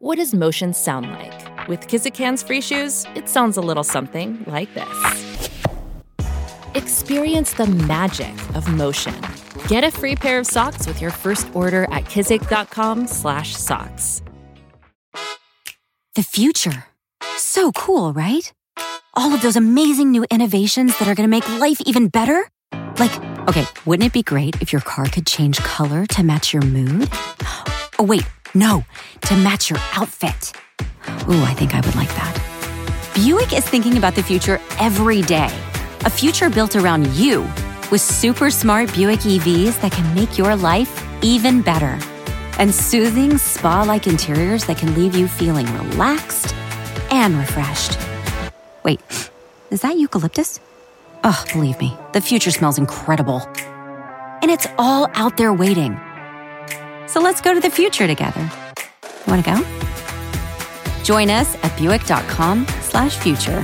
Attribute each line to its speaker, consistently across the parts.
Speaker 1: What does motion sound like? With Kizikans free shoes, it sounds a little something like this. Experience the magic of motion. Get a free pair of socks with your first order at kizik.com/socks.
Speaker 2: The future. So cool, right? All of those amazing new innovations that are going to make life even better? Like, okay, wouldn't it be great if your car could change color to match your mood? Oh, wait, no, to match your outfit. Ooh, I think I would like that. Buick is thinking about the future every day. A future built around you with super smart Buick EVs that can make your life even better and soothing spa like interiors that can leave you feeling relaxed and refreshed. Wait, is that eucalyptus? Oh, believe me, the future smells incredible. And it's all out there waiting. So let's go to the future together. Want to go? Join us at buick.com slash future.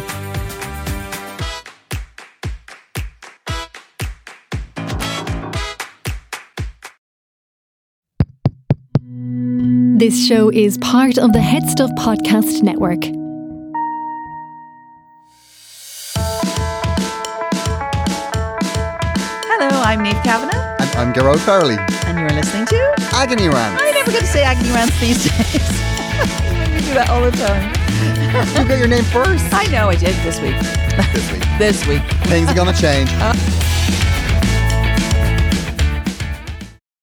Speaker 3: This show is part of the Head Stuff Podcast Network.
Speaker 4: Hello, I'm Neve Kavanagh,
Speaker 5: And I'm Gerard Farley.
Speaker 4: and you're listening to.
Speaker 5: Agony Rant.
Speaker 4: I never get to say agony rants these days. we do that all the time.
Speaker 5: You got your name first
Speaker 4: I know I did this week.
Speaker 5: this week.
Speaker 4: This week.
Speaker 5: Things are going to change.
Speaker 4: Uh.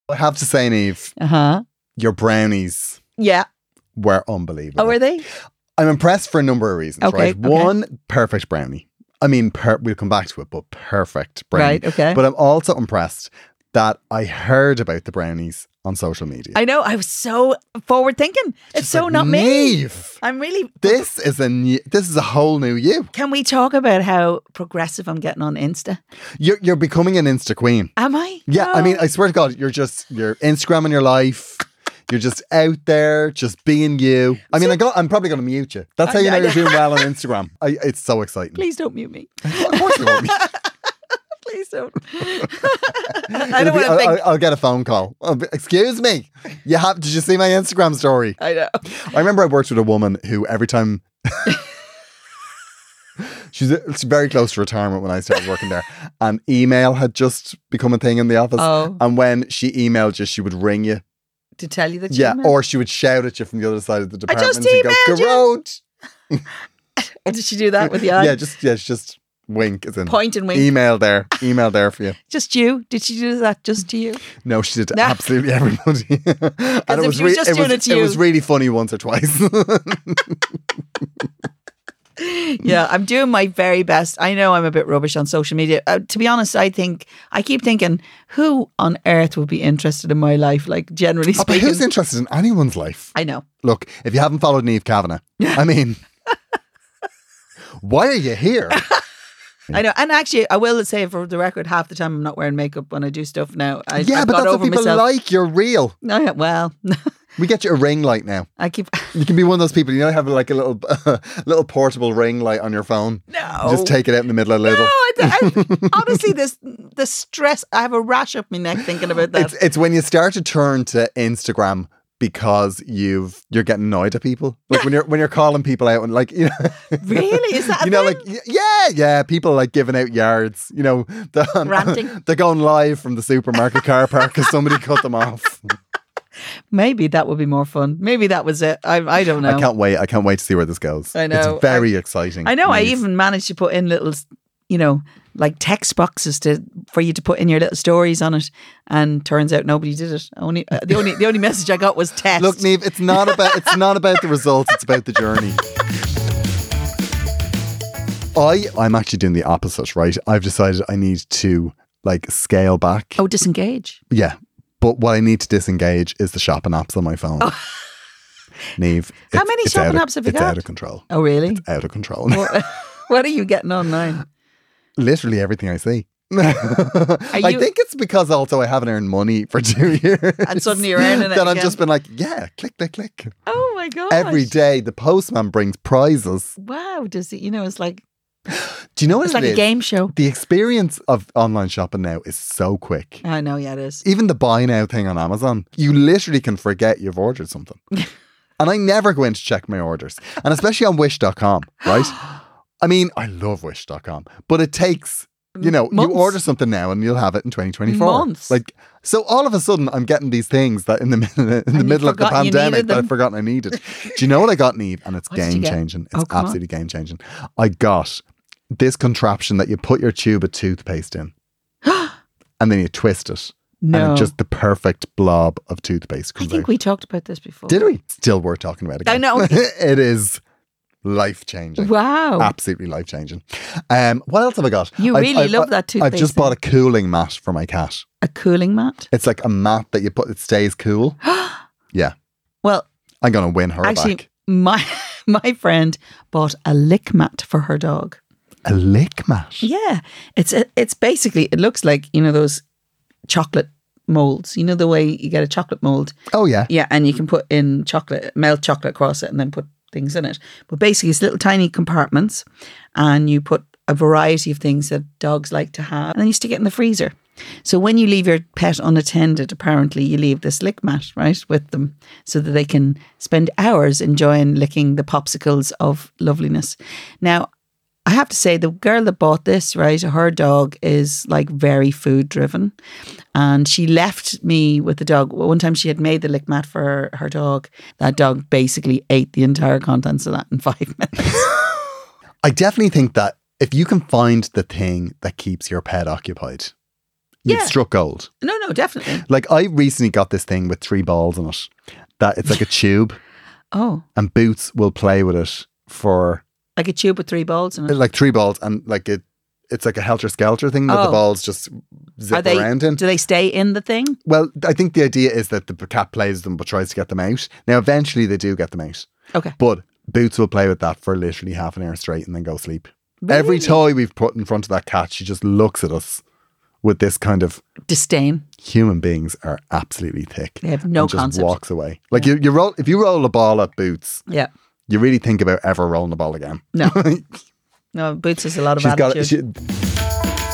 Speaker 5: I have to say, Neve,
Speaker 4: Uh huh.
Speaker 5: your brownies
Speaker 4: Yeah.
Speaker 5: were unbelievable.
Speaker 4: Oh, were they?
Speaker 5: I'm impressed for a number of reasons,
Speaker 4: Okay,
Speaker 5: right?
Speaker 4: okay.
Speaker 5: One, perfect brownie. I mean, per- we'll come back to it, but perfect brownie.
Speaker 4: Right. Okay.
Speaker 5: But I'm also impressed that I heard about the brownies on social media.
Speaker 4: I know. I was so forward thinking. It's
Speaker 5: Just
Speaker 4: so
Speaker 5: like,
Speaker 4: not me.
Speaker 5: Neve,
Speaker 4: I'm really.
Speaker 5: This is a new, this is a whole new you.
Speaker 4: Can we talk about how progressive I'm getting on Insta?
Speaker 5: You're, you're becoming an Insta queen.
Speaker 4: Am I?
Speaker 5: Yeah, I
Speaker 4: Oh.
Speaker 5: mean, I swear to God, you're just you're Instagramming your life. You're just out there, just being you. I mean, I got, I'm probably going to mute you. That's how you know you're doing well on Instagram. I, it's so exciting.
Speaker 4: Please don't mute me.
Speaker 5: Of course you won't. be.
Speaker 4: Please don't. I
Speaker 5: It'll
Speaker 4: don't
Speaker 5: be- uh,
Speaker 4: want to think.
Speaker 5: I'll, I'll get a phone call. I'll be, Excuse me. You have? Did you see my Instagram story?
Speaker 4: I know.
Speaker 5: I remember I worked with a woman who every time she's, she's very close to retirement when I started working there, and email had just become a thing in the office.
Speaker 4: Oh,
Speaker 5: And when she emailed you, she would ring you.
Speaker 4: to tell you that. you
Speaker 5: Yeah,
Speaker 4: met?
Speaker 5: or she would shout at you from the other side of the
Speaker 4: I
Speaker 5: department
Speaker 4: just
Speaker 5: and go,
Speaker 4: emailed you.
Speaker 5: "Garrod!"
Speaker 4: Or Oh, did she do that with the eye?
Speaker 5: Yeah, just yeah, it's just wink is in
Speaker 4: Point and wink.
Speaker 5: Email there, email there for you.
Speaker 4: Just you? Did she do that just to you?
Speaker 5: No, she did to
Speaker 4: No.
Speaker 5: absolutely everybody. and
Speaker 4: if she was just
Speaker 5: it,
Speaker 4: doing
Speaker 5: was,
Speaker 4: it to
Speaker 5: it was
Speaker 4: you.
Speaker 5: really funny once or twice.
Speaker 4: yeah, I'm doing my very best. I know I'm a bit rubbish on social media. Uh, to be honest, I think I keep thinking, who on earth would be interested in my life? Like generally
Speaker 5: Oh, but
Speaker 4: speaking,
Speaker 5: who's interested in anyone's life?
Speaker 4: I know.
Speaker 5: Look, if you haven't followed Neve Kavanagh, I mean, why are you here?
Speaker 4: I know, and actually, I will say for the record, half the time I'm not wearing makeup when I do stuff now. I,
Speaker 5: yeah,
Speaker 4: I've
Speaker 5: but
Speaker 4: got
Speaker 5: that's what
Speaker 4: over
Speaker 5: people
Speaker 4: myself.
Speaker 5: like. You're real.
Speaker 4: No, yeah, well,
Speaker 5: We get you a ring light now.
Speaker 4: I keep
Speaker 5: You can be one of those people. You know, have like a little, little portable ring light on your phone.
Speaker 4: no.
Speaker 5: Just take it out in the middle of
Speaker 4: no,
Speaker 5: little.
Speaker 4: I, I, honestly, this the stress. I have a rash up my neck thinking about that.
Speaker 5: It's it's when you start to turn to Instagram because you've you're getting annoyed at people. Like when you're when you're calling people out and like you know
Speaker 4: really? Is that a
Speaker 5: you know
Speaker 4: thing?
Speaker 5: like y- yeah yeah people like giving out yards. You know the,
Speaker 4: Ranting.
Speaker 5: they're going live from the supermarket car park because somebody cut them off.
Speaker 4: Maybe that would be more fun. Maybe that was it. I I don't know.
Speaker 5: I can't wait. I can't wait to see where this goes.
Speaker 4: I know.
Speaker 5: It's very exciting.
Speaker 4: I know. I
Speaker 5: Nice.
Speaker 4: even managed to put in little, you know, like text boxes to for you to put in your little stories on it. And turns out nobody did it. Only uh, the only the only message I got was text.
Speaker 5: Look, Neve, it's not about it's not about the results, it's about the journey. I I'm actually doing the opposite, right? I've decided I need to like scale back.
Speaker 4: oh, disengage.
Speaker 5: Yeah. But what I need to disengage is the shopping apps on my phone. Neve,
Speaker 4: Oh. How
Speaker 5: it's-
Speaker 4: many
Speaker 5: it's out
Speaker 4: shopping
Speaker 5: of-
Speaker 4: apps have you
Speaker 5: It's
Speaker 4: got?
Speaker 5: out of control.
Speaker 4: Oh, really?
Speaker 5: Out of control.
Speaker 4: what, what are you getting online?
Speaker 5: Literally everything I see. I
Speaker 4: you-
Speaker 5: think it's because also I haven't earned money for two years.
Speaker 4: And suddenly you're earning it
Speaker 5: That I've
Speaker 4: again.
Speaker 5: just been like, yeah, click, click, click.
Speaker 4: Oh my god!
Speaker 5: Every day the postman brings prizes.
Speaker 4: Wow. Does it? You know, it's like
Speaker 5: Do you know what
Speaker 4: it's
Speaker 5: it
Speaker 4: like a
Speaker 5: is?
Speaker 4: game show.
Speaker 5: The experience of online shopping now is so quick.
Speaker 4: I know. Yeah, it is.
Speaker 5: Even the buy now thing on Amazon, you literally can forget you've ordered something. And I never go in to check my orders. And especially on wish.com, right? I mean, I love wish.com, but it takes, you know,
Speaker 4: Months.
Speaker 5: you order something now and you'll have it in 2024.
Speaker 4: Months.
Speaker 5: Like, so all of a sudden I'm getting these things that in the, mi- in the middle of the
Speaker 4: forgotten you
Speaker 5: pandemic
Speaker 4: needed
Speaker 5: that I've
Speaker 4: them.
Speaker 5: forgotten I needed. Do you know what I got, Neve? And it's
Speaker 4: What did you
Speaker 5: game
Speaker 4: get?
Speaker 5: changing.
Speaker 4: Oh,
Speaker 5: It's
Speaker 4: come on.
Speaker 5: absolutely game changing. I got this contraption that you put your tube of toothpaste in and then you twist it. And
Speaker 4: No.
Speaker 5: it just the perfect blob of toothpaste
Speaker 4: I
Speaker 5: comes
Speaker 4: think
Speaker 5: out.
Speaker 4: we talked about this before.
Speaker 5: Did we? Still worth talking about again.
Speaker 4: I know.
Speaker 5: it is life changing.
Speaker 4: Wow.
Speaker 5: Absolutely life changing. Um, what else have I got?
Speaker 4: You
Speaker 5: I've-
Speaker 4: really
Speaker 5: I've- uh,
Speaker 4: love that
Speaker 5: I've
Speaker 4: toothpaste
Speaker 5: just bought a cooling mat for my cat.
Speaker 4: A cooling mat.
Speaker 5: It's like a mat that you put that stays cool. yeah,
Speaker 4: Well,
Speaker 5: I'm gonna win her
Speaker 4: actually,
Speaker 5: back.
Speaker 4: my my friend bought a lick mat for her dog.
Speaker 5: A lick mat.
Speaker 4: Yeah, it's it's basically it looks like you know those chocolate molds. You know the way you get a chocolate mold.
Speaker 5: Oh yeah.
Speaker 4: Yeah, and you can put in chocolate, melt chocolate across it, and then put things in it. But basically, it's little tiny compartments, and you put a variety of things that dogs like to have, and then you stick it in the freezer. So when you leave your pet unattended, apparently you leave this lick mat right with them, so that they can spend hours enjoying licking the popsicles of loveliness. Now. I have to say, the girl that bought this, right, her dog is like very food driven. And she left me with the dog. One time she had made the lick mat for her, her dog. That dog basically ate the entire contents of that in five minutes.
Speaker 5: I definitely think that if you can find the thing that keeps your pet occupied, you've
Speaker 4: Yeah.
Speaker 5: struck gold.
Speaker 4: no, no, definitely.
Speaker 5: Like I recently got this thing with three balls in it. That it's like a tube,
Speaker 4: Oh,
Speaker 5: and Boots will play with it for
Speaker 4: like a tube with three balls in it.
Speaker 5: like three balls, and like it, it's like a helter skelter thing that the
Speaker 4: Oh.
Speaker 5: balls just zip
Speaker 4: Are they?
Speaker 5: around in.
Speaker 4: Do they stay in the thing?
Speaker 5: Well, I think the idea is that the cat plays them but tries to get them out. Now, eventually, they do get them out.
Speaker 4: Okay.
Speaker 5: But Boots will play with that for literally half an hour straight and then go sleep. Every toy we've put in front of that cat, she just looks at us with this kind of
Speaker 4: Disdain.
Speaker 5: human beings are absolutely thick.
Speaker 4: They have no
Speaker 5: and just
Speaker 4: concept.
Speaker 5: walks away. Like you, you roll if you roll a ball at Boots,
Speaker 4: Yeah.
Speaker 5: you really think about ever rolling a ball again.
Speaker 4: No. No, Boots has a lot of
Speaker 5: She's
Speaker 4: attitude.
Speaker 5: got she,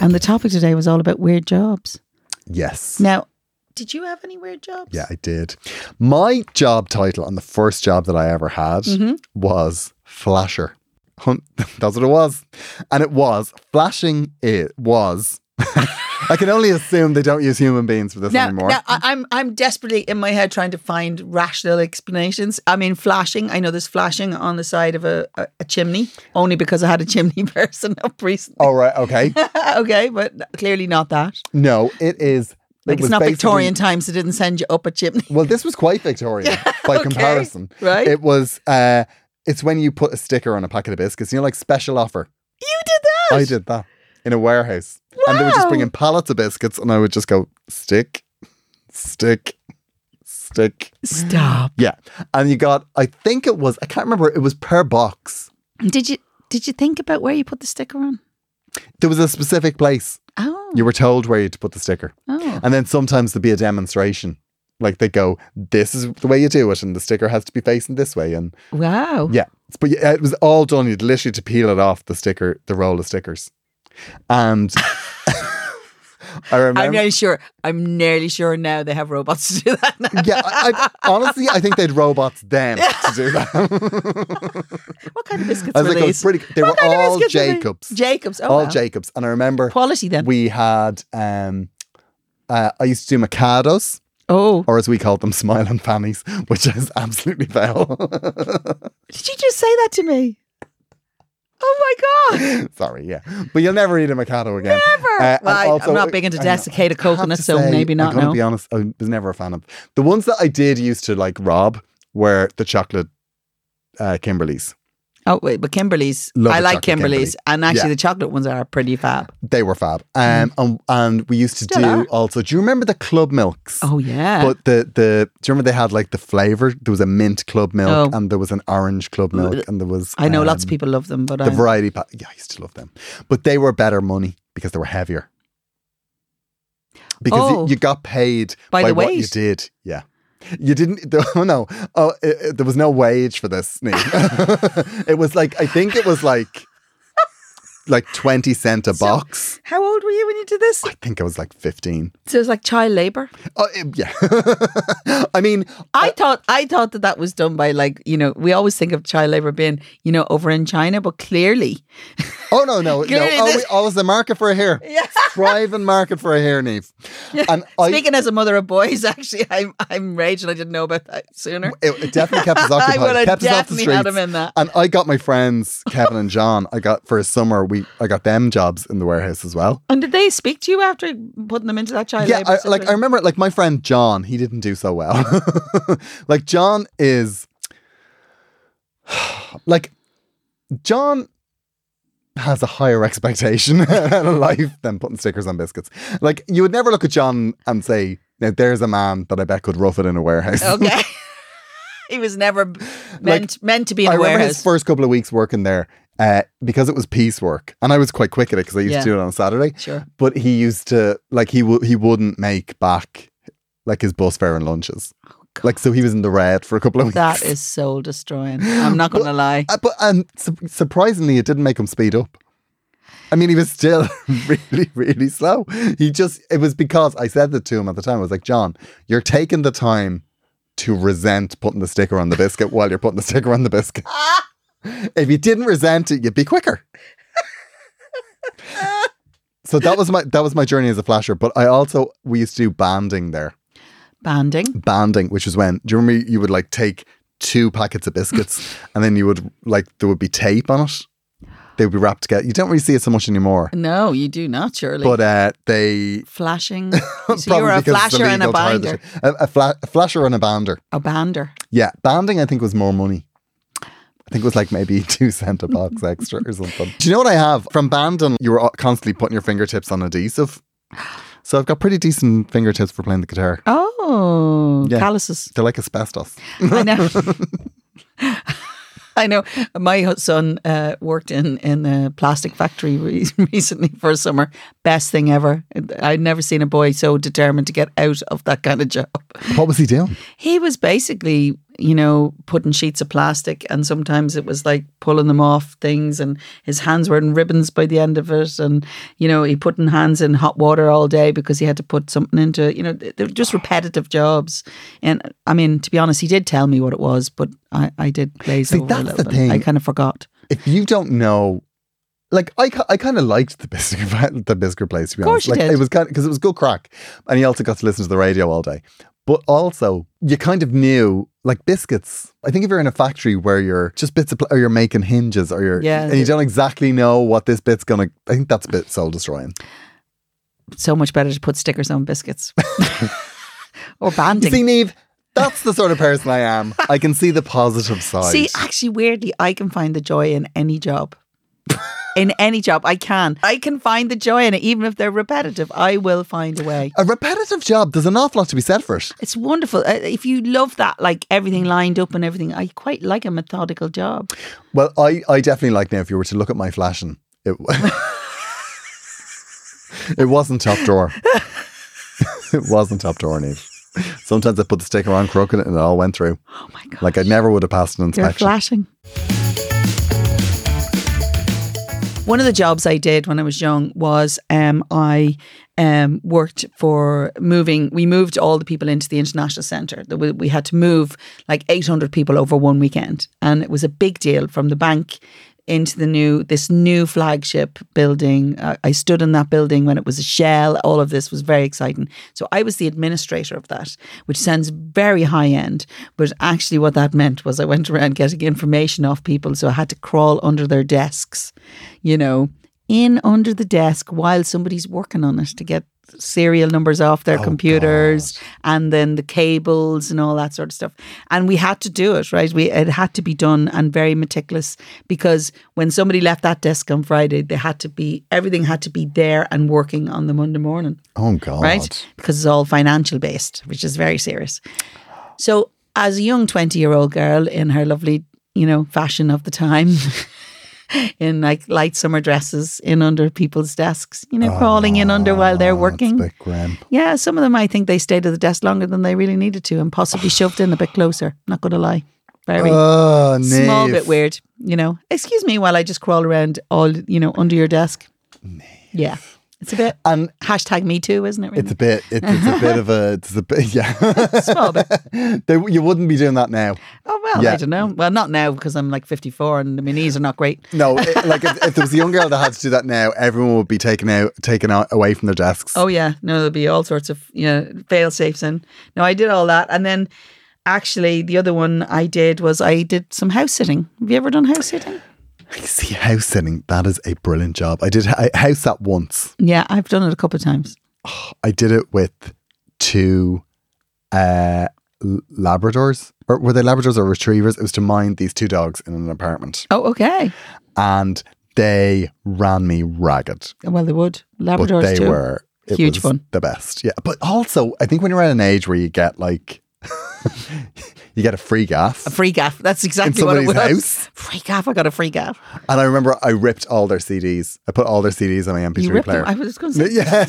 Speaker 4: and the topic today was all about weird jobs.
Speaker 5: Yes.
Speaker 4: Now, did you have any weird jobs?
Speaker 5: Yeah, I did. My job title on the first job that I ever had
Speaker 4: Mm-hmm.
Speaker 5: was flasher. Hun- That's what it was. And it was flashing it was. I can only assume they don't use human beings for this
Speaker 4: Now,
Speaker 5: anymore.
Speaker 4: now I, I'm I'm desperately in my head trying to find rational explanations. I mean, flashing. I know there's flashing on the side of a, a, a chimney, only because I had a chimney person up recently.
Speaker 5: All right, okay.
Speaker 4: okay, but clearly not that.
Speaker 5: No, it is. it
Speaker 4: Like it's
Speaker 5: was
Speaker 4: not
Speaker 5: basically-
Speaker 4: Victorian times. It didn't send you up a chimney.
Speaker 5: Well, this was quite Victorian by
Speaker 4: Okay,
Speaker 5: comparison.
Speaker 4: right.
Speaker 5: It was. Uh, it's when you put a sticker on a packet of biscuits. You know, like special offer.
Speaker 4: You did that.
Speaker 5: I did that in a warehouse. And they would just bring
Speaker 4: Wow.
Speaker 5: in pallets of biscuits and I would just go, stick, stick, stick.
Speaker 4: Stop.
Speaker 5: Yeah. And you got, I think it was, I can't remember, it was per box.
Speaker 4: Did you Did you think about where you put the sticker on?
Speaker 5: There was a specific place.
Speaker 4: Oh.
Speaker 5: You were told where you to put the sticker.
Speaker 4: oh.
Speaker 5: And then sometimes there'd be a demonstration. Like they go, this is the way you do it, and the sticker has to be facing this way. And
Speaker 4: Wow.
Speaker 5: yeah, but yeah, it was all done. You'd literally to peel it off the sticker, the roll of stickers. And I remember.
Speaker 4: I'm nearly sure. I'm nearly sure now they have robots to do that. Now.
Speaker 5: Yeah, I, I, honestly, I think they'd robots them to do that.
Speaker 4: What kind of biscuits
Speaker 5: I was
Speaker 4: were
Speaker 5: like, it was
Speaker 4: these?
Speaker 5: pretty. They
Speaker 4: What
Speaker 5: were
Speaker 4: kind of
Speaker 5: all
Speaker 4: biscuits were they?
Speaker 5: Jacobs,
Speaker 4: Jacobs. Oh,
Speaker 5: all
Speaker 4: wow.
Speaker 5: Jacobs, and I remember
Speaker 4: Quality then.
Speaker 5: we had. um uh, I used to do Mikados,
Speaker 4: oh.
Speaker 5: or as we called them, smiling fannies, which is absolutely foul.
Speaker 4: Did you just say that to me? Oh my god!
Speaker 5: Sorry, yeah, but you'll never eat a Mikado again. Uh, Never.
Speaker 4: Well, I- I'm not big into desiccated coconuts, so maybe not,
Speaker 5: I'm gonna
Speaker 4: no.
Speaker 5: be honest, I was never a fan of the ones that I did used to like rob were the chocolate uh, Kimberleys.
Speaker 4: Oh wait, but Kimberly's.
Speaker 5: Love
Speaker 4: I
Speaker 5: a
Speaker 4: like
Speaker 5: chocolate
Speaker 4: Kimberly's,
Speaker 5: Kimberly.
Speaker 4: and actually
Speaker 5: Yeah.
Speaker 4: the chocolate ones are pretty fab.
Speaker 5: They were fab. Um, and, and we used to
Speaker 4: Mm. Still
Speaker 5: do
Speaker 4: are.
Speaker 5: also. Do you remember the club milks?
Speaker 4: Oh yeah.
Speaker 5: But the the do you remember they had like the flavor? There was a mint club milk,
Speaker 4: Oh.
Speaker 5: and there was an orange club milk, and there was
Speaker 4: I know lots of
Speaker 5: um,
Speaker 4: people love them, but
Speaker 5: The
Speaker 4: I,
Speaker 5: variety pack. Yeah, I used to love them, but they were better money because they were heavier. Because
Speaker 4: Oh.
Speaker 5: you, you got paid
Speaker 4: By the
Speaker 5: what you
Speaker 4: weight.
Speaker 5: did. Yeah. You didn't. Oh no! Oh, it, it- there was no wage for this. Niamh. it was like I think it was like like 20 cent a box.
Speaker 4: How old were you when you did this?
Speaker 5: I think I was like 15.
Speaker 4: So it's like child labor.
Speaker 5: Oh, it- yeah. I mean,
Speaker 4: I thought I thought that that was done by like you know we always think of child labor being you know over in China, but clearly
Speaker 5: oh no, no, no.
Speaker 4: Clearly
Speaker 5: Always,
Speaker 4: this-
Speaker 5: always the market for a hair. Yeah. Thriving market for a hair, Neve. And I,
Speaker 4: speaking as a mother of boys, actually I'm I'm raging. I didn't know about that sooner.
Speaker 5: it, it definitely kept us
Speaker 4: I would
Speaker 5: occupied.
Speaker 4: have
Speaker 5: kept us off the
Speaker 4: definitely
Speaker 5: streets.
Speaker 4: had him in that.
Speaker 5: And I got my friends Kevin and John. I got for a summer. We I got them jobs in the warehouse as well.
Speaker 4: And did they speak to you after putting them into that child
Speaker 5: yeah,
Speaker 4: labor?
Speaker 5: I, like I
Speaker 4: situation?
Speaker 5: remember, like my friend John, he didn't do so well. like John is, like, John has a higher expectation in life than putting stickers on biscuits. Like you would never look at John and say, "Now there's a man that I bet could rough it in a warehouse."
Speaker 4: okay. he was never meant meant to be in
Speaker 5: I
Speaker 4: a
Speaker 5: remember
Speaker 4: warehouse.
Speaker 5: his first couple of weeks working there uh, because it was piecework, and I was quite quick at it because I used
Speaker 4: Yeah.
Speaker 5: to do it on a Saturday.
Speaker 4: Sure.
Speaker 5: But he used to like he would he wouldn't make back like his bus fare and lunches. like so he was in the red for a couple of weeks.
Speaker 4: Oh, That is soul destroying. I'm not going to lie.
Speaker 5: Uh, but and su- surprisingly, it didn't make him speed up. I mean, he was still really, really slow. He just, it was because I said that to him at the time. I was like, John, you're taking the time to resent putting the sticker on the biscuit while you're putting the sticker on the biscuit. if you didn't resent it, you'd be quicker. so that was my that was my journey as a flasher. But I also we used to do banding there
Speaker 4: Banding.
Speaker 5: banding, which was when do you remember you would like take two packets of biscuits and then you would like there would be tape on it. They would be wrapped together. You don't really see it so much anymore.
Speaker 4: No, you do not, surely.
Speaker 5: But uh, they
Speaker 4: Flashing. So you
Speaker 5: probably
Speaker 4: were a
Speaker 5: because it's
Speaker 4: flasher and a
Speaker 5: illegal to hire the-
Speaker 4: binder.
Speaker 5: a, a, fla- a flasher and a bander.
Speaker 4: A bander.
Speaker 5: Yeah, banding I think was more money. I think it was like maybe two cent a box extra or something. Do you know what I have from banding? You were constantly putting your fingertips on adhesive, so I've got pretty decent fingertips for playing the guitar.
Speaker 4: Oh,
Speaker 5: Yeah.
Speaker 4: calluses.
Speaker 5: They're like asbestos.
Speaker 4: I know. I know. My hu- son uh, worked in in a plastic factory re- recently for a summer. Best thing ever. I'd never seen a boy so determined to get out of that kind of job.
Speaker 5: What was he doing?
Speaker 4: He was basically, you know, putting sheets of plastic, and sometimes it was like pulling them off things, and his hands were in ribbons by the end of it, and you know, he putting hands in hot water all day because he had to put something into, it. you know, th- they're just repetitive jobs. And I mean, to be honest, he did tell me what it was, but I, I did glaze
Speaker 5: See,
Speaker 4: over
Speaker 5: that's
Speaker 4: a
Speaker 5: the
Speaker 4: little bit.
Speaker 5: thing.
Speaker 4: I kind of forgot.
Speaker 5: if you don't know, like I, ki- I kind of liked the biscuit, the biscuit place. To be
Speaker 4: Of course
Speaker 5: honest, like
Speaker 4: you did.
Speaker 5: it was kind because it was good crack, and you also got to listen to the radio all day. But also, you kind of knew like biscuits. I think if you're in a factory where you're just bits of pl- or you're making hinges or you're
Speaker 4: Yeah.
Speaker 5: and you don't exactly know what this bit's gonna. I think that's a bit soul destroying.
Speaker 4: So much better to put stickers on biscuits or
Speaker 5: You
Speaker 4: banding.
Speaker 5: see, Neve, that's the sort of person I am. I can see the positive side.
Speaker 4: See, actually, weirdly, I can find the joy in any job. in any job, I can. I can find the joy in it, even if they're repetitive. I will find a way.
Speaker 5: a repetitive job. There's an awful lot to be said for it.
Speaker 4: It's wonderful. Uh, If you love that, like everything lined up and everything, I quite like a methodical job.
Speaker 5: Well, I, I definitely like now. If you were to look at my flashing, it it wasn't top drawer. it wasn't top drawer, Neve. Sometimes I put the sticker on, crooked, and it all went through.
Speaker 4: Oh my God.
Speaker 5: Like I never would have passed an
Speaker 4: You're
Speaker 5: inspection.
Speaker 4: flashing. One of the jobs I did when I was young was um, I um, worked for moving. We moved all the people into the international centre. There wa- We had to move like 800 people over one weekend, and it was a big deal from the bank into the new this new flagship building. Uh, I stood in that building when it was a shell. All of this was very exciting. So I was the administrator of that, which sounds very high end, but actually what that meant was I went around getting information off people, so I had to crawl under their desks, you know, in under the desk while somebody's working on it to get serial numbers off their computers and then the cables and all that sort of stuff. And we had to do it, right? We it had to be done and very meticulous because when somebody left that desk on Friday, they had to be everything had to be there and working on the Monday morning
Speaker 5: Oh God!
Speaker 4: right? Because it's all financial based, which is very serious. So, as a young 20 year old girl in her lovely, you know, fashion of the time, in like light summer dresses, in under people's desks, you know, crawling in under while they're working.
Speaker 5: It's a bit grim.
Speaker 4: yeah, some of them I think they stayed at the desk longer than they really needed to and possibly shoved in a bit closer. Not going to lie. Very
Speaker 5: Oh,
Speaker 4: small
Speaker 5: Niamh.
Speaker 4: bit weird, you know. Excuse me while I just crawl around all, you know, under your desk. Yeah. It's a bit
Speaker 5: And
Speaker 4: hashtag me too, isn't it?
Speaker 5: it's
Speaker 4: Really?
Speaker 5: a bit. It's, it's a bit of a. It's a bit. Yeah.
Speaker 4: Small bit.
Speaker 5: they, you wouldn't be doing that now.
Speaker 4: Oh well,
Speaker 5: Yeah.
Speaker 4: I don't know. Well, not now because I'm like 54 and my knees are not great.
Speaker 5: No, it- like if, if there was a young girl that had to do that now, everyone would be taken out, taken out away from their desks.
Speaker 4: Oh yeah, no, there'll be all sorts of you know fail safes and no, I did all that, and then actually the other one I did was I did some house sitting. Have you ever done house sitting?
Speaker 5: See, house sitting. That is a brilliant job. I did I house that once.
Speaker 4: Yeah, I've done it a couple of times.
Speaker 5: I did it with two uh, l- Labradors. Or were they Labradors or Retrievers? It was to mind these two dogs in an apartment.
Speaker 4: Oh, okay.
Speaker 5: And they ran me ragged.
Speaker 4: Well, they would Labradors
Speaker 5: but they
Speaker 4: too.
Speaker 5: were it
Speaker 4: Huge
Speaker 5: was
Speaker 4: fun.
Speaker 5: the best yeah but also i think when you're at an age where you get like you get a free gaff
Speaker 4: A free gaff. That's exactly what it was.
Speaker 5: somebody's
Speaker 4: Free gaff. I got a free gaff.
Speaker 5: and i remember i ripped all their cds i put all their cds on my mp3
Speaker 4: You ripped
Speaker 5: player
Speaker 4: them. I was going to say.
Speaker 5: yeah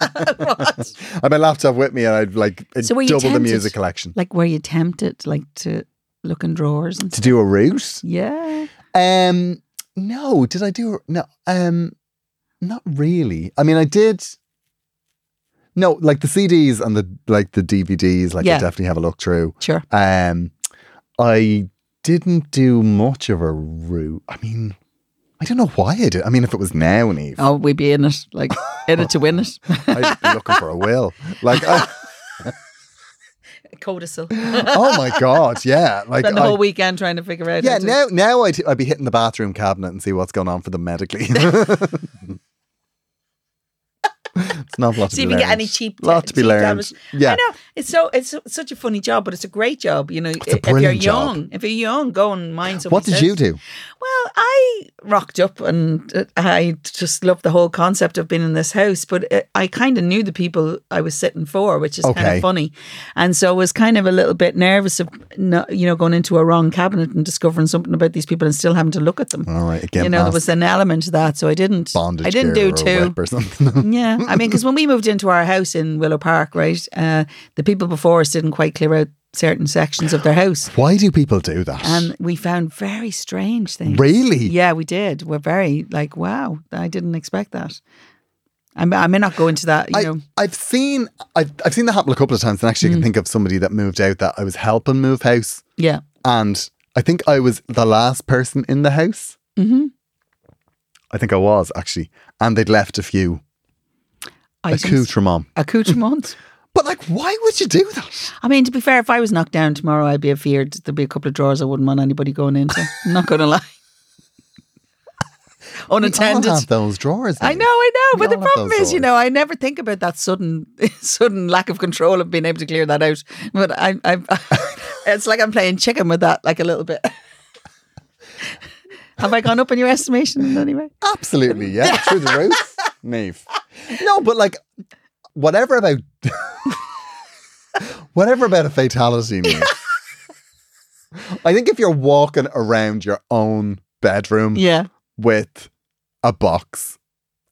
Speaker 5: i had my laptop with me and i'd like uh,
Speaker 4: So were you
Speaker 5: double the
Speaker 4: tempted?
Speaker 5: music collection
Speaker 4: Like, were you tempted, like, to look in drawers and
Speaker 5: to do a route
Speaker 4: yeah?
Speaker 5: um no did i do a- no um not really i mean i did no like the cds and the like the dvds like i
Speaker 4: Yeah.
Speaker 5: definitely have a look through
Speaker 4: Sure.
Speaker 5: Um, I didn't do much of a route. I mean, I don't know why I did. I mean, if it was now, Neve,
Speaker 4: Oh, we'd be in it, like, in it to win it.
Speaker 5: I'd be looking for a will. Like, I,
Speaker 4: Codicil.
Speaker 5: oh my god, yeah. Like,
Speaker 4: Spend the
Speaker 5: I-
Speaker 4: whole weekend trying to figure out.
Speaker 5: yeah.
Speaker 4: how to-
Speaker 5: Now, now I'd, I'd be hitting the bathroom cabinet and see what's going on for them medically. it's not a lot to
Speaker 4: See
Speaker 5: be
Speaker 4: if you
Speaker 5: learned.
Speaker 4: get any cheap.
Speaker 5: lot to be
Speaker 4: cheap
Speaker 5: learned.
Speaker 4: damage.
Speaker 5: Yeah.
Speaker 4: I know it's so it's so- such a funny job, but it's a great job. You know,
Speaker 5: a
Speaker 4: if you're
Speaker 5: brilliant job.
Speaker 4: young, if you're young, go and mind.
Speaker 5: What
Speaker 4: somebody's
Speaker 5: did you
Speaker 4: house.
Speaker 5: do?
Speaker 4: Well, I rocked up and uh, I just loved the whole concept of being in this house, but uh, I kind of knew the people I was sitting for, which is kind
Speaker 5: Okay.
Speaker 4: of funny. And so I was kind of a little bit nervous of, no- you know, going into a wrong cabinet and discovering something about these people and still having to look at them.
Speaker 5: All right, again,
Speaker 4: You know, there
Speaker 5: mask,
Speaker 4: was an element to that, so I didn't.
Speaker 5: bondage
Speaker 4: I didn't
Speaker 5: gear
Speaker 4: do
Speaker 5: or a
Speaker 4: two.
Speaker 5: whip or something.
Speaker 4: Yeah, I mean, because when we moved into our house in Willow Park, right, uh, the people before us didn't quite clear out certain sections of their house,
Speaker 5: why do people do that?
Speaker 4: and we found very strange things.
Speaker 5: really?
Speaker 4: Um, Yeah, we did. We're very like, wow, I didn't expect that. I, may- I may not go into that. You
Speaker 5: I,
Speaker 4: know, Mm.
Speaker 5: I've seen I've, I've seen that happen a couple of times, and actually, I can think of somebody that moved out that I was helping move house,
Speaker 4: yeah,
Speaker 5: and I think I was the last person in the house.
Speaker 4: hmm
Speaker 5: I think I was actually, and they'd left a few accoutrements.
Speaker 4: accoutrements.
Speaker 5: But like, why would you do that?
Speaker 4: I mean, to be fair, if I was knocked down tomorrow, I'd be afeared. There'd be a couple of drawers I wouldn't want anybody going into. I'm not going to lie. Unattended.
Speaker 5: We all have those drawers.
Speaker 4: I
Speaker 5: now.
Speaker 4: know, I know.
Speaker 5: We
Speaker 4: But the
Speaker 5: all have
Speaker 4: problem
Speaker 5: those
Speaker 4: is, you
Speaker 5: doors.
Speaker 4: know, I never think about that sudden, sudden lack of control of being able to clear that out. But I, I, it's like I'm playing chicken with that, like a little bit. Have I gone up in your estimation in any way?
Speaker 5: Absolutely, yeah, through the roof, Nave. No, but like, whatever about whatever about a fatality, Nave. I think if you're walking around your own bedroom
Speaker 4: Yeah.
Speaker 5: with a box,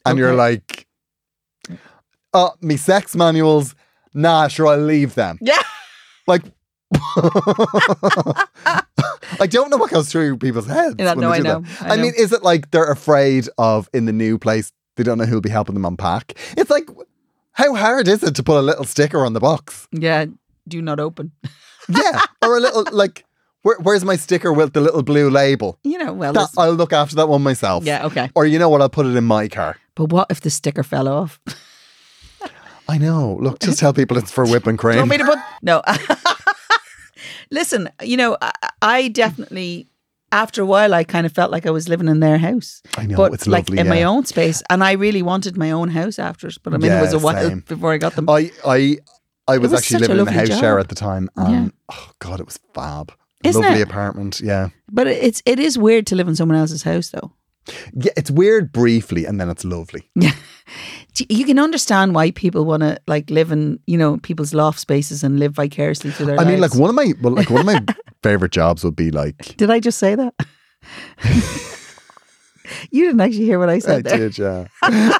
Speaker 5: and you're
Speaker 4: Okay.
Speaker 5: like, "Oh, me sex manuals." Nah, sure, I'll leave them.
Speaker 4: Yeah.
Speaker 5: Like, I don't know what goes through people's heads.
Speaker 4: Yeah,
Speaker 5: when
Speaker 4: no,
Speaker 5: they
Speaker 4: I
Speaker 5: do
Speaker 4: know,
Speaker 5: that.
Speaker 4: I
Speaker 5: I, mean, is it like they're afraid of in the new place? They don't know who'll be helping them unpack. It's like, how hard is it to put a little sticker on the box?
Speaker 4: Yeah. Do not open.
Speaker 5: Yeah, or a little like, where, where's my sticker with the little blue label?
Speaker 4: You know, well,
Speaker 5: That,
Speaker 4: listen.
Speaker 5: I'll look after that one myself.
Speaker 4: yeah, okay.
Speaker 5: Or you know what? I'll put it in my car.
Speaker 4: But what if the sticker fell off? Do
Speaker 5: I know. Look, just tell people it's for whip and
Speaker 4: you
Speaker 5: cream.
Speaker 4: want me to put? No. Listen, you know, I, I definitely. After a while, I kind of felt like I was living in their house.
Speaker 5: I know
Speaker 4: but
Speaker 5: it's
Speaker 4: like
Speaker 5: lovely.
Speaker 4: in my
Speaker 5: yeah.
Speaker 4: own space, and I really wanted my own house after it. But I mean, it was
Speaker 5: Yeah,
Speaker 4: a while
Speaker 5: same. Oh,
Speaker 4: before I got them.
Speaker 5: I I I was,
Speaker 4: was
Speaker 5: actually
Speaker 4: such a
Speaker 5: living in a house
Speaker 4: lovely
Speaker 5: share
Speaker 4: job.
Speaker 5: at the time, and oh god, it was fab.
Speaker 4: Isn't
Speaker 5: lovely
Speaker 4: it?
Speaker 5: apartment. Yeah,
Speaker 4: But it- it's it is weird to live in someone else's house, though.
Speaker 5: yeah. It's weird briefly, and then it's lovely.
Speaker 4: Do- You can understand why people want to like live in you know people's loft spaces and live vicariously through their.
Speaker 5: I mean, like
Speaker 4: lives.
Speaker 5: one of my well, like one of my favorite jobs would be like
Speaker 4: Did I just say that? You didn't actually hear what I
Speaker 5: I
Speaker 4: said there.
Speaker 5: did, yeah.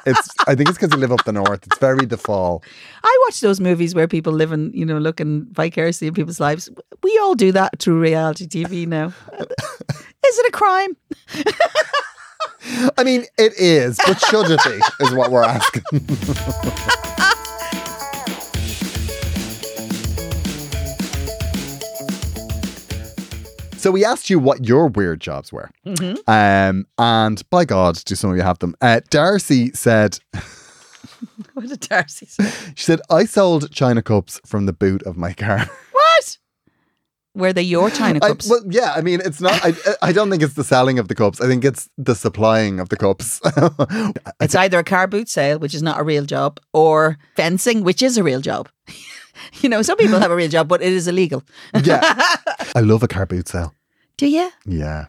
Speaker 5: It's. I think it's because you live up the north. It's very the fall.
Speaker 4: I watch those movies where people live in, you know, looking vicariously in people's lives. We all do that through reality TV now. Is it a crime?
Speaker 5: I mean, it is, but should it be? Is what we're asking. So we asked you what your weird jobs were, um, and by God, do some of you have them? Uh, Darcy said
Speaker 4: What did Darcy say?
Speaker 5: She said, I sold China cups from the boot of my car.
Speaker 4: What? Were they your China
Speaker 5: I,
Speaker 4: cups?
Speaker 5: well, yeah, I mean, it's not, I, I don't think it's the selling of the cups. I think it's the supplying of the cups.
Speaker 4: it's either a car boot sale, which is not a real job, or fencing, which is a real job. you know, some people have a real job, but it is illegal.
Speaker 5: yeah. I love a car boot sale.
Speaker 4: Do you?
Speaker 5: Yeah.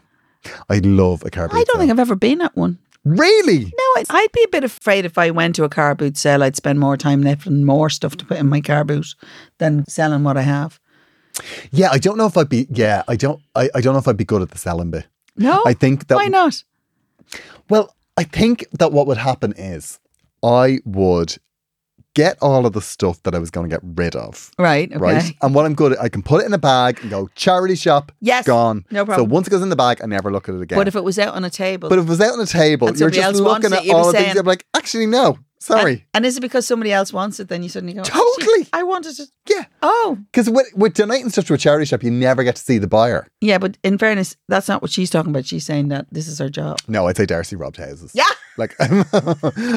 Speaker 5: I love a car boot
Speaker 4: I don't
Speaker 5: sale.
Speaker 4: think I've ever been at one.
Speaker 5: Really?
Speaker 4: No, I- I'd be a bit afraid if I went to a car boot sale, I'd spend more time lifting more stuff to put in my car boot than selling what I have.
Speaker 5: Yeah, I don't know if I'd be, yeah, I don't, I, I don't know if I'd be good at the selling bit.
Speaker 4: No?
Speaker 5: I think that
Speaker 4: Why not?
Speaker 5: Well, I think that what would happen is I would get all of the stuff that I was going to get rid of.
Speaker 4: Right. Okay.
Speaker 5: Right. And what I'm good at, I can put it in a bag and go charity shop.
Speaker 4: Yes,
Speaker 5: Gone.
Speaker 4: no problem.
Speaker 5: So once it goes in the bag, I never look at it again.
Speaker 4: But if it was out on a table.
Speaker 5: But if it was out on a table,
Speaker 4: And
Speaker 5: you're
Speaker 4: somebody
Speaker 5: just
Speaker 4: else wants
Speaker 5: looking
Speaker 4: it,
Speaker 5: at
Speaker 4: you'd be
Speaker 5: all the
Speaker 4: saying-
Speaker 5: things. I'm like, actually, no, sorry.
Speaker 4: and is it because somebody else wants it, then you suddenly go,
Speaker 5: Totally.
Speaker 4: "Actually, I wanted to.
Speaker 5: yeah.
Speaker 4: Oh.
Speaker 5: Because with, with donating stuff to a charity shop, you never get to see the buyer.
Speaker 4: Yeah, but in fairness, that's not what she's talking about. She's saying that this is her job.
Speaker 5: No, I'd say Darcy robbed houses.
Speaker 4: Yeah.
Speaker 5: Like, I'd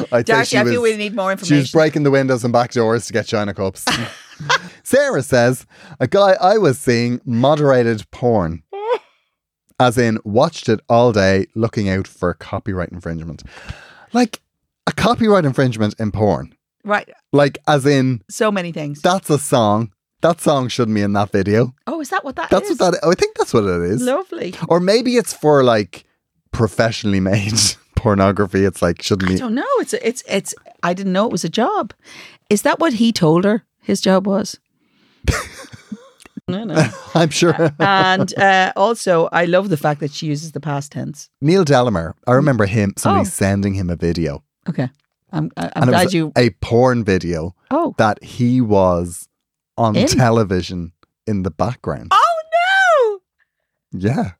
Speaker 5: say
Speaker 4: Darcy,
Speaker 5: she
Speaker 4: I feel
Speaker 5: was-
Speaker 4: we need more
Speaker 5: She
Speaker 4: information.
Speaker 5: was breaking the windows and back doors to get China cups. Sarah says, a guy I was seeing moderated porn. As in, watched it all day looking out for copyright infringement. Like, a copyright infringement in porn.
Speaker 4: right.
Speaker 5: Like, as in,
Speaker 4: So many things.
Speaker 5: that's a song. That song shouldn't be in that video.
Speaker 4: oh, is that what that
Speaker 5: That's
Speaker 4: is?
Speaker 5: what that I think that's what it is.
Speaker 4: Lovely.
Speaker 5: Or maybe it's for like professionally made pornography. It's like shouldn't
Speaker 4: I
Speaker 5: be
Speaker 4: don't know. It's a, it's it's. I didn't know it was a job. Is that what he told her his job was? no, no.
Speaker 5: I'm sure.
Speaker 4: And uh, also, I love the fact that she uses the past tense.
Speaker 5: Neil Delamere, I remember him somebody
Speaker 4: Oh.
Speaker 5: sending him a video.
Speaker 4: Okay, I'm I- I'm
Speaker 5: And it
Speaker 4: glad
Speaker 5: was
Speaker 4: you.
Speaker 5: a porn video
Speaker 4: Oh,
Speaker 5: that he was on
Speaker 4: In?
Speaker 5: television in the background.
Speaker 4: oh
Speaker 5: Yeah.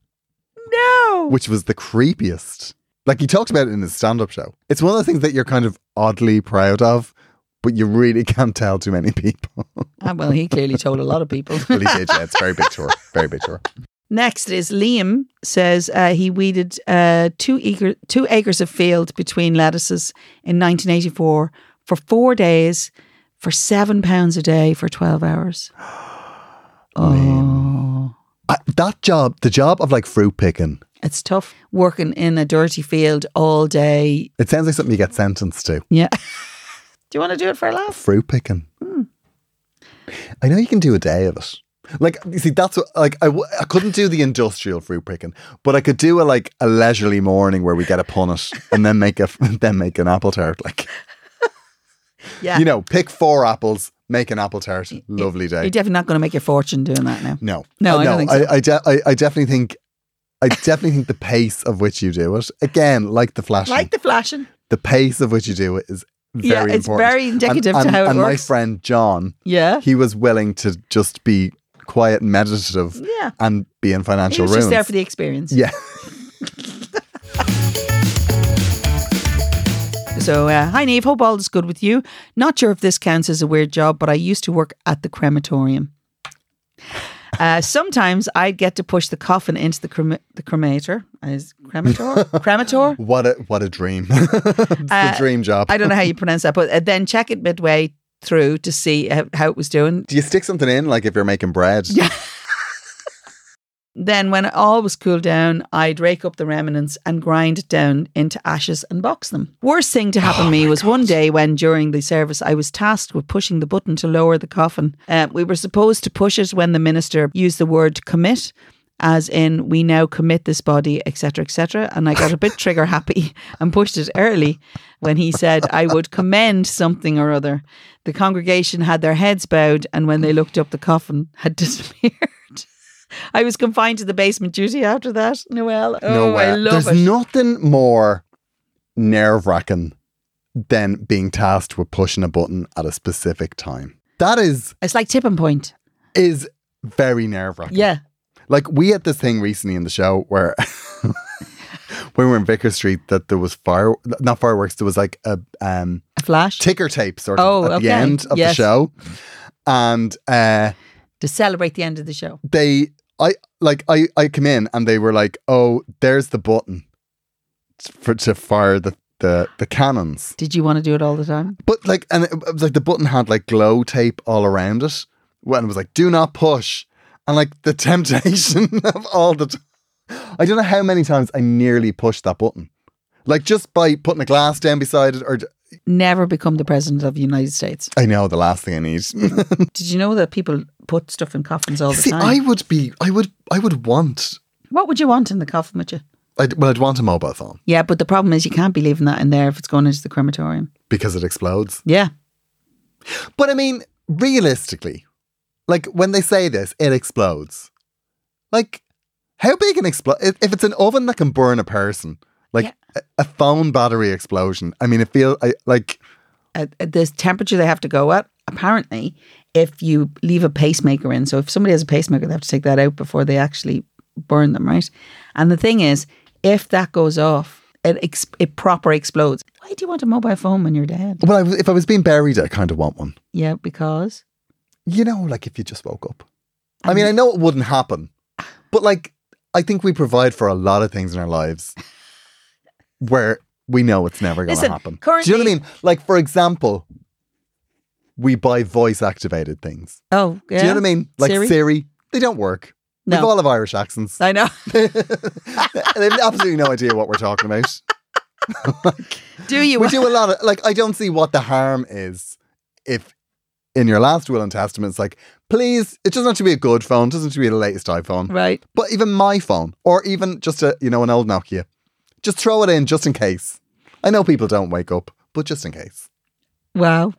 Speaker 4: no, no.
Speaker 5: Which was the creepiest. Like he talked about it in his stand up show. It's one of the things that you're kind of oddly proud of, but you really can't tell too many people.
Speaker 4: Ah, well, he clearly told a lot of people.
Speaker 5: well, he did, yeah. It's very big tour. Very big tour.
Speaker 4: Next is Liam says uh, he weeded uh, two, acre, two acres of field between lettuces in 1984 for four days for seven pounds a day for 12 hours. Oh,
Speaker 5: I, that job, the job of like fruit picking,
Speaker 4: it's tough working in a dirty field all day.
Speaker 5: it sounds like something you get sentenced to.
Speaker 4: Yeah. do you want to do it for a laugh?
Speaker 5: Fruit picking.
Speaker 4: Hmm.
Speaker 5: I know you can do a day of it. Like, you see, that's what, like, I, w- I couldn't do the industrial fruit picking, but I could do a like a leisurely morning where we get a punnet and then make a, then make an apple tart. Like,
Speaker 4: Yeah.
Speaker 5: you know, pick four apples, make an apple tart. Lovely
Speaker 4: You're
Speaker 5: day.
Speaker 4: definitely not going to make your fortune doing that now.
Speaker 5: No,
Speaker 4: No,
Speaker 5: Uh,
Speaker 4: I don't think so.
Speaker 5: I, I, de- I, I definitely think, I definitely think the pace of which you do it, again, like the flash,
Speaker 4: Like the flashing.
Speaker 5: the pace of which you do it is very
Speaker 4: Yeah, it's
Speaker 5: important.
Speaker 4: very indicative to
Speaker 5: and, and,
Speaker 4: how it
Speaker 5: and
Speaker 4: works.
Speaker 5: my friend John,
Speaker 4: Yeah.
Speaker 5: he was willing to just be quiet and meditative
Speaker 4: Yeah.
Speaker 5: and be in
Speaker 4: He
Speaker 5: financial
Speaker 4: was
Speaker 5: ruin.
Speaker 4: just there for the experience.
Speaker 5: yeah.
Speaker 4: So, uh, hi, Neve. Hope all is good with you. Not sure if this counts as a weird job, but I used to work at the crematorium. Uh, sometimes I'd get to push the coffin into the, crema- the cremator. Is cremator? cremator?
Speaker 5: What a what a dream. it's the
Speaker 4: Uh,
Speaker 5: dream job.
Speaker 4: I don't know how you pronounce that, but uh, then check it midway through to see how, how it was doing.
Speaker 5: do you stick something in like if you're making bread? Yeah.
Speaker 4: Then, when it all was cooled down, I'd rake up the remnants and grind it down into ashes and box them. Worst thing to happen to me was one day when, during the service, I was tasked with pushing the button to lower the coffin. Uh, we were supposed to push it when the minister used the word commit. As in, we now commit this body, etc., etc. And I got a bit trigger happy and pushed it early when he said I would commend something or other. The congregation had their heads bowed, and when they looked up, the coffin had disappeared. I was confined to the basement duty after that, Noel. Oh,
Speaker 5: no way.
Speaker 4: I love
Speaker 5: There's
Speaker 4: it.
Speaker 5: nothing more nerve wracking than being tasked with pushing a button at a specific time. That is
Speaker 4: it's like tipping point.
Speaker 5: is very nerve wracking.
Speaker 4: Yeah.
Speaker 5: Like we had this thing recently in the show where when we were in Vicker Street that there was fire not fireworks, there was like a um
Speaker 4: A flash
Speaker 5: ticker tape sort of
Speaker 4: Oh,
Speaker 5: at
Speaker 4: okay.
Speaker 5: the end of the
Speaker 4: Yes.
Speaker 5: show. And uh
Speaker 4: to celebrate the end of the show.
Speaker 5: they I like I I come in and they were like, "Oh, there's the button for to fire the the the cannons."
Speaker 4: Did you want to do it all the time?
Speaker 5: But like and it was like the button had like glow tape all around it. When it was like, "Do not push." And like the temptation of all the t- I don't know how many times I nearly pushed that button. Like just by putting a glass down beside it or
Speaker 4: Never become the president of the United States.
Speaker 5: I know the last thing I need.
Speaker 4: Did you know that people put stuff in coffins all the
Speaker 5: See,
Speaker 4: time?
Speaker 5: I would be I would I would want
Speaker 4: What would you want in the coffin, would you?
Speaker 5: I'd, well, I'd want a mobile phone
Speaker 4: Yeah, but the problem is you can't be leaving that in there if it's going into the crematorium.
Speaker 5: because it explodes.
Speaker 4: Yeah.
Speaker 5: But I mean, realistically, like when they say this, it explodes. Like, how big an explode? If it's an oven that can burn a person, like a, a phone battery explosion. I mean, it feels I, like
Speaker 4: At, at this Uh, temperature they have to go at, apparently, if you leave a pacemaker in, so if somebody has a pacemaker, they have to take that out before they actually burn them, right? And the thing is, if that goes off, it, ex- it proper explodes. Why do you want a mobile phone when you're dead?
Speaker 5: well, I, was- if I was being buried, I kind of want one.
Speaker 4: Yeah, because
Speaker 5: You know, like if you just woke up. I mean, I know it wouldn't happen, but like, I think we provide for a lot of things in our lives where we know it's never going
Speaker 4: Listen,
Speaker 5: to happen. Do you know what
Speaker 4: currently-
Speaker 5: I mean? Like, for example, we buy voice activated things.
Speaker 4: oh, yeah.
Speaker 5: Do you know what I mean? Like
Speaker 4: Siri?
Speaker 5: Siri, they don't work.
Speaker 4: No.
Speaker 5: We've all have Irish accents.
Speaker 4: I know.
Speaker 5: they have absolutely no idea what we're talking about.
Speaker 4: Do you?
Speaker 5: We do a lot of like I don't see what the harm is if in your last will and testament it's like, please, it doesn't have to be a good phone, it doesn't have to be the latest iPhone.
Speaker 4: right.
Speaker 5: But even my phone, or even just a you know, an old Nokia. Just throw it in just in case. I know people don't wake up, but just in case.
Speaker 4: Wow.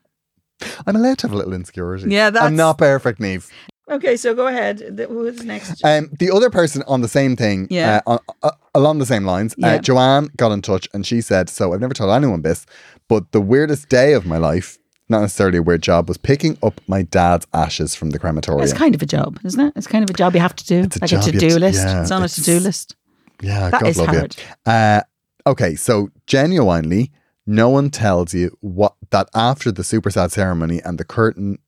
Speaker 5: I'm allowed to have a little insecurity.
Speaker 4: Yeah, that's-
Speaker 5: I'm not perfect, Neve.
Speaker 4: Okay, so go ahead. Th- Who's next?
Speaker 5: Um, the other person on the same thing,
Speaker 4: Yeah.
Speaker 5: uh, on, uh, along the same lines,
Speaker 4: Yeah.
Speaker 5: uh, Joanne got in touch and she said, So I've never told anyone this, but the weirdest day of my life, not necessarily a weird job, was picking up my dad's ashes from the crematorium.
Speaker 4: It's kind of a job, isn't it? It's kind of a job you have to do.
Speaker 5: It's a
Speaker 4: like
Speaker 5: job
Speaker 4: a
Speaker 5: you have
Speaker 4: to-do
Speaker 5: to-
Speaker 4: list.
Speaker 5: yeah,
Speaker 4: it's on a
Speaker 5: it's-
Speaker 4: to-do list.
Speaker 5: yeah,
Speaker 4: That
Speaker 5: God
Speaker 4: is
Speaker 5: love
Speaker 4: hard.
Speaker 5: you. Uh, okay, so genuinely, no one tells you what that after the super sad ceremony and the curtain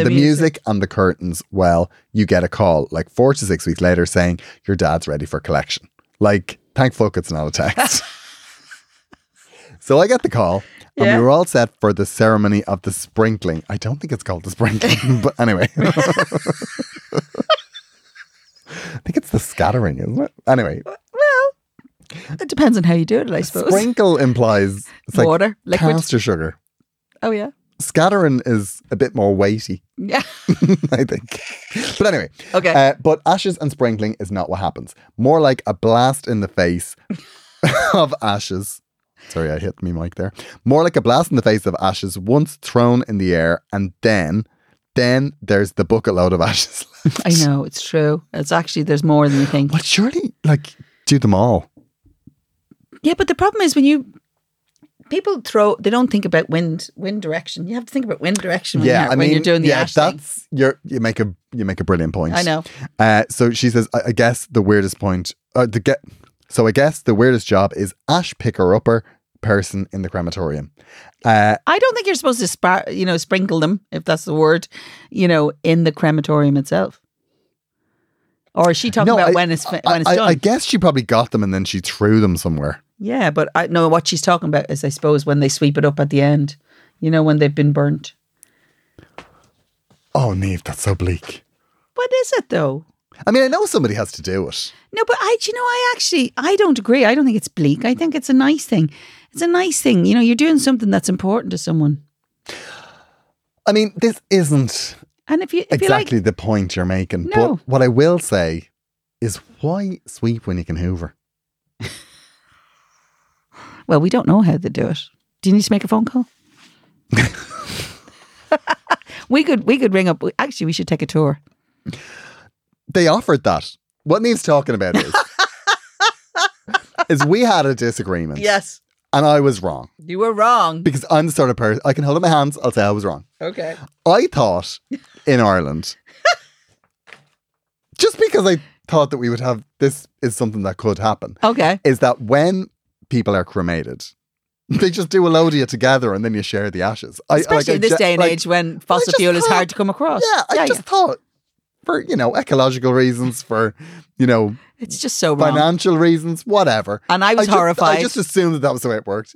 Speaker 5: and,
Speaker 4: the
Speaker 5: the,
Speaker 4: music.
Speaker 5: music. and the curtains, well, you get a call like four to six weeks later saying your dad's ready for collection. Like, thank fuck it's not a text. so I get the call and
Speaker 4: Yeah.
Speaker 5: we were all set for the ceremony of the sprinkling. I don't think it's called the sprinkling, but anyway. I think it's the scattering, isn't it? Anyway,
Speaker 4: It depends on how you do it, I suppose.
Speaker 5: sprinkle implies it's like
Speaker 4: Water, liquid.
Speaker 5: caster sugar.
Speaker 4: Oh yeah.
Speaker 5: Scattering is a bit more weighty.
Speaker 4: Yeah.
Speaker 5: I think. But anyway.
Speaker 4: Okay.
Speaker 5: Uh, but ashes and sprinkling is not what happens. More like a blast in the face of ashes. Sorry, I hit me mic there. More like a blast in the face of ashes once thrown in the air and then then there's the bucket load of ashes. left.
Speaker 4: I know it's true. It's actually there's more than you think.
Speaker 5: Well, surely like do them all.
Speaker 4: Yeah, but the problem is when you people throw, they don't think about wind wind direction. You have to think about wind direction. When
Speaker 5: yeah,
Speaker 4: you're,
Speaker 5: I mean
Speaker 4: when you're doing the
Speaker 5: yeah,
Speaker 4: ash thing.
Speaker 5: that's you're you make a you make a brilliant point.
Speaker 4: I know.
Speaker 5: Uh, so she says, I, I guess the weirdest point, uh, the get, so I guess the weirdest job is ash picker upper person in the crematorium. Uh,
Speaker 4: I don't think you're supposed to spar, you know, sprinkle them if that's the word, you know, in the crematorium itself. Or is she talking about
Speaker 5: I-
Speaker 4: when it's fi-
Speaker 5: I-
Speaker 4: when it's
Speaker 5: I,
Speaker 4: done?
Speaker 5: I guess she probably got them and then she threw them somewhere.
Speaker 4: Yeah, but I know what she's talking about is I suppose when they sweep it up at the end, you know, when they've been burnt.
Speaker 5: Oh, Neve, that's so bleak.
Speaker 4: What is it though?
Speaker 5: I mean, I know somebody has to do it.
Speaker 4: No, but I, do you know, I actually, I don't agree. I don't think it's bleak. I think it's a nice thing. It's a nice thing. You know, you're doing something that's important to someone.
Speaker 5: I mean, this isn't
Speaker 4: And if you, if
Speaker 5: exactly
Speaker 4: you like,
Speaker 5: the point you're making.
Speaker 4: No.
Speaker 5: But what I will say is why sweep when you can hoover?
Speaker 4: well, we don't know how they do it. Do you need to make a phone call? we could, we could ring up. Actually, we should take a tour.
Speaker 5: They offered that. What Neve's talking about is, is we had a disagreement.
Speaker 4: Yes,
Speaker 5: And I was wrong
Speaker 4: you were wrong.
Speaker 5: because I'm the sort of person I can hold up my hands. I'll say I was wrong.
Speaker 4: Okay.
Speaker 5: I thought in Ireland, just because I thought that we would have this is something that could happen,
Speaker 4: Okay.
Speaker 5: is that when people are cremated, they just do a load of you together and then you share the ashes. I-
Speaker 4: Especially
Speaker 5: I
Speaker 4: in this
Speaker 5: ge-
Speaker 4: day and
Speaker 5: like,
Speaker 4: age when fossil
Speaker 5: just
Speaker 4: fuel is
Speaker 5: thought-
Speaker 4: hard to come across.
Speaker 5: Yeah, I just thought for, you know, ecological reasons, for, you know,
Speaker 4: it's just so wrong.
Speaker 5: financial reasons, whatever.
Speaker 4: And I was
Speaker 5: just-
Speaker 4: horrified.
Speaker 5: I just assumed that that was the way it worked.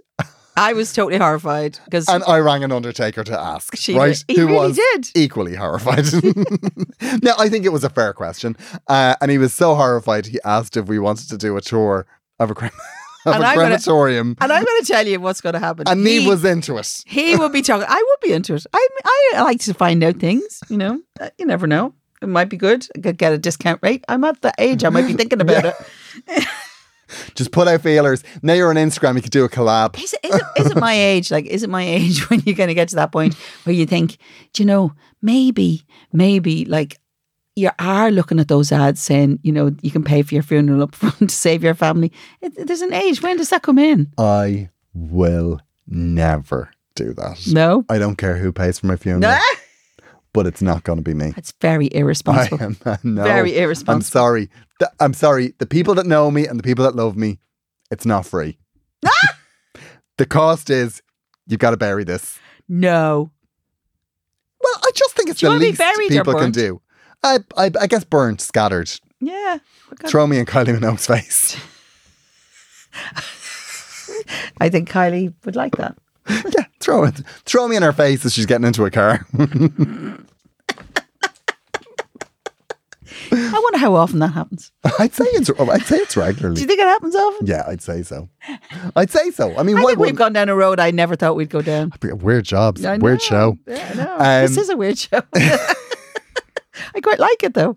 Speaker 4: I was totally horrified because
Speaker 5: And I rang an undertaker to ask,
Speaker 4: She
Speaker 5: right?
Speaker 4: did. He really did.
Speaker 5: equally horrified. now, I think it was a fair question, uh, and he was so horrified he asked if we wanted to do a tour of a, crem- of
Speaker 4: And
Speaker 5: a
Speaker 4: I'm gonna-
Speaker 5: crematorium,
Speaker 4: and I'm going to tell you what's going to happen.
Speaker 5: and Neve
Speaker 4: he,
Speaker 5: was into it.
Speaker 4: he would be talking. I would be into it. I I like to find out things. You know, Uh, you never know. It might be good. I could get a discount rate. I'm at the age I might be thinking about it.
Speaker 5: Just put out feelers. Now you're on Instagram. You could do a collab.
Speaker 4: Is it, is, it, is it my age? Like, is it my age when you're going to get to that point where you think, do you know, maybe, maybe, like, you are looking at those ads saying, you know, you can pay for your funeral up front to save your family. It, there's an age. When does that come in?
Speaker 5: I will never do that.
Speaker 4: No.
Speaker 5: I don't care who pays for my funeral,
Speaker 4: No.
Speaker 5: but it's not going to be me.
Speaker 4: That's very
Speaker 5: I
Speaker 4: irresponsible.
Speaker 5: am no.
Speaker 4: Very
Speaker 5: I'm
Speaker 4: irresponsible.
Speaker 5: sorry. Th- I'm sorry. The people that know me and the people that love me, it's not free.
Speaker 4: Ah!
Speaker 5: the cost is you've got to bury this.
Speaker 4: no.
Speaker 5: Well, I just think it's
Speaker 4: Do you
Speaker 5: the
Speaker 4: wanna be
Speaker 5: least
Speaker 4: buried or
Speaker 5: people can
Speaker 4: burnt?
Speaker 5: do. I, I, I guess burnt, scattered.
Speaker 4: Yeah. What kind-
Speaker 5: Throw me in Kylie Minogue's face.
Speaker 4: I think Kylie would like that.
Speaker 5: yeah, throw it. Throw me in her face as she's getting into a car.
Speaker 4: I wonder how often that happens.
Speaker 5: I'd say it's. oh, I'd say it's regularly.
Speaker 4: Do you think it happens often?
Speaker 5: yeah, I'd say so. I'd say so. I mean,
Speaker 4: I
Speaker 5: why
Speaker 4: think we've
Speaker 5: wouldn't?
Speaker 4: gone down a road I never thought we'd go down.
Speaker 5: weird jobs,
Speaker 4: I
Speaker 5: weird
Speaker 4: know.
Speaker 5: show.
Speaker 4: Yeah, I know.
Speaker 5: Um,
Speaker 4: this is a weird show. I quite like it though.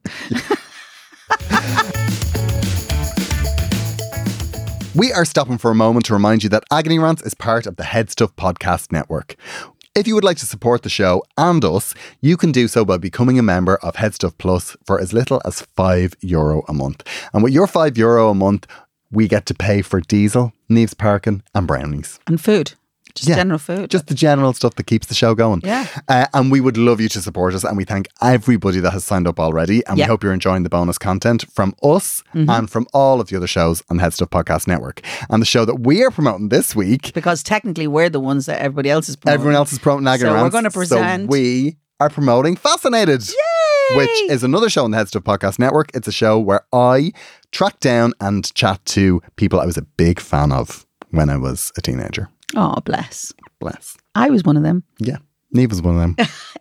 Speaker 5: We are stopping for a moment to remind you that Agony Rants is part of the Head Stuff Podcast Network. If you would like to support the show and us, you can do so by becoming a member of Head Stuff Plus for as little as five euro a month. And with your five euro a month, we get to pay for diesel, Neve's parking, and brownies.
Speaker 4: And food, just
Speaker 5: Yeah.
Speaker 4: general food.
Speaker 5: Just the general stuff that keeps the show going.
Speaker 4: Yeah.
Speaker 5: Uh, and we would love you to support us. And we thank everybody that has signed up already. And
Speaker 4: Yeah. Mm-hmm.
Speaker 5: we hope you're enjoying the bonus content from us and from all of the other shows on the Head Stuff Podcast Network. And the show that we are promoting this week,
Speaker 4: because technically we're the ones that everybody else is. Promoting.
Speaker 5: everyone else is promoting Agony
Speaker 4: So we're
Speaker 5: Rants,
Speaker 4: gonna
Speaker 5: So
Speaker 4: present-
Speaker 5: we are promoting Fascinated. Which is another show on the Head Stuff Podcast Network. It's a show where I track down and chat to people I was a big fan of when I was a teenager.
Speaker 4: Oh bless!
Speaker 5: Bless.
Speaker 4: I was one of them.
Speaker 5: Yeah. Neve was one of them.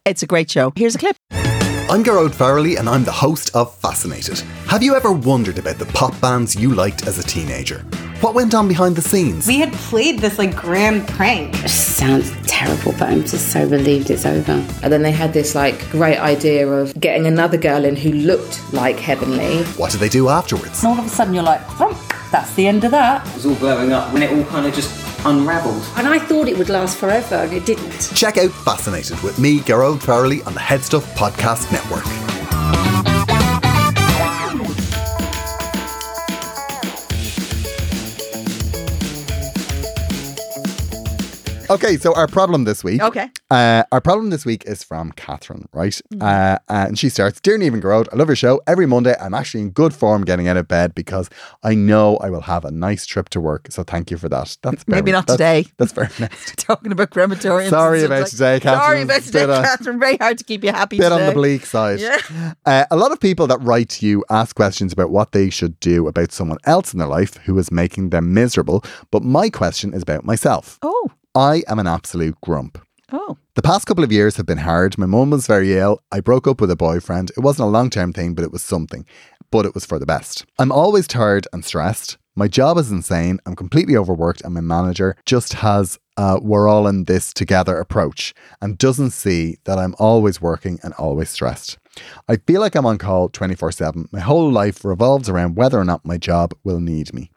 Speaker 4: It's a great show. Here's a clip.
Speaker 5: I'm Garrod Farrelly, and I'm the host of Fascinated. Have you ever wondered about the pop bands you liked as a teenager? What went on behind the scenes?
Speaker 6: We had played this like grand prank.
Speaker 7: sounds terrible, but I'm just so relieved it's over. And then they had this like great idea of getting another girl in who looked like Heavenly.
Speaker 5: What did they do afterwards?
Speaker 6: And all of a sudden you're like, "Thump, that's the end of that.
Speaker 8: was all blowing up when it all kind of just unraveled.
Speaker 7: And I thought it would last forever, and it didn't.
Speaker 5: Check out Fascinated with me, Garrod Farrelly, on the Headstuff Podcast Network. Okay, so our problem this week.
Speaker 4: Okay. Mm-hmm.
Speaker 5: Uh, our problem this week is from Catherine, right? Uh, and she starts Dear Neve and Garrod, I love your show. Every Monday, I'm actually in good form getting out of bed because I know I will have a nice trip to work. So thank you for that. That's
Speaker 4: Maybe
Speaker 5: very-
Speaker 4: not
Speaker 5: that's-
Speaker 4: today.
Speaker 5: That's very nice.
Speaker 4: Talking about crematoriums.
Speaker 5: Sorry
Speaker 4: and stuff
Speaker 5: about
Speaker 4: like-
Speaker 5: today, Catherine.
Speaker 4: Sorry about
Speaker 5: It's a
Speaker 4: today,
Speaker 5: bit, uh,
Speaker 4: Catherine. Very hard to keep you happy.
Speaker 5: bit on
Speaker 4: today.
Speaker 5: the bleak side. Uh, a lot of people that write to you ask questions about what they should do about someone else in their life who is making them miserable. But my question is about myself.
Speaker 4: Oh,
Speaker 5: I am an absolute grump.
Speaker 4: oh,
Speaker 5: The past couple of years have been hard. My mum was very ill. I broke up with a boyfriend. It wasn't a long term thing, but it was something. But it was for the best. I'm always tired and stressed. My job is insane. I'm completely overworked, and my manager just has a we're all in this together approach and doesn't see that I'm always working and always stressed. I feel like I'm on call 24 7. My whole life revolves around whether or not my job will need me.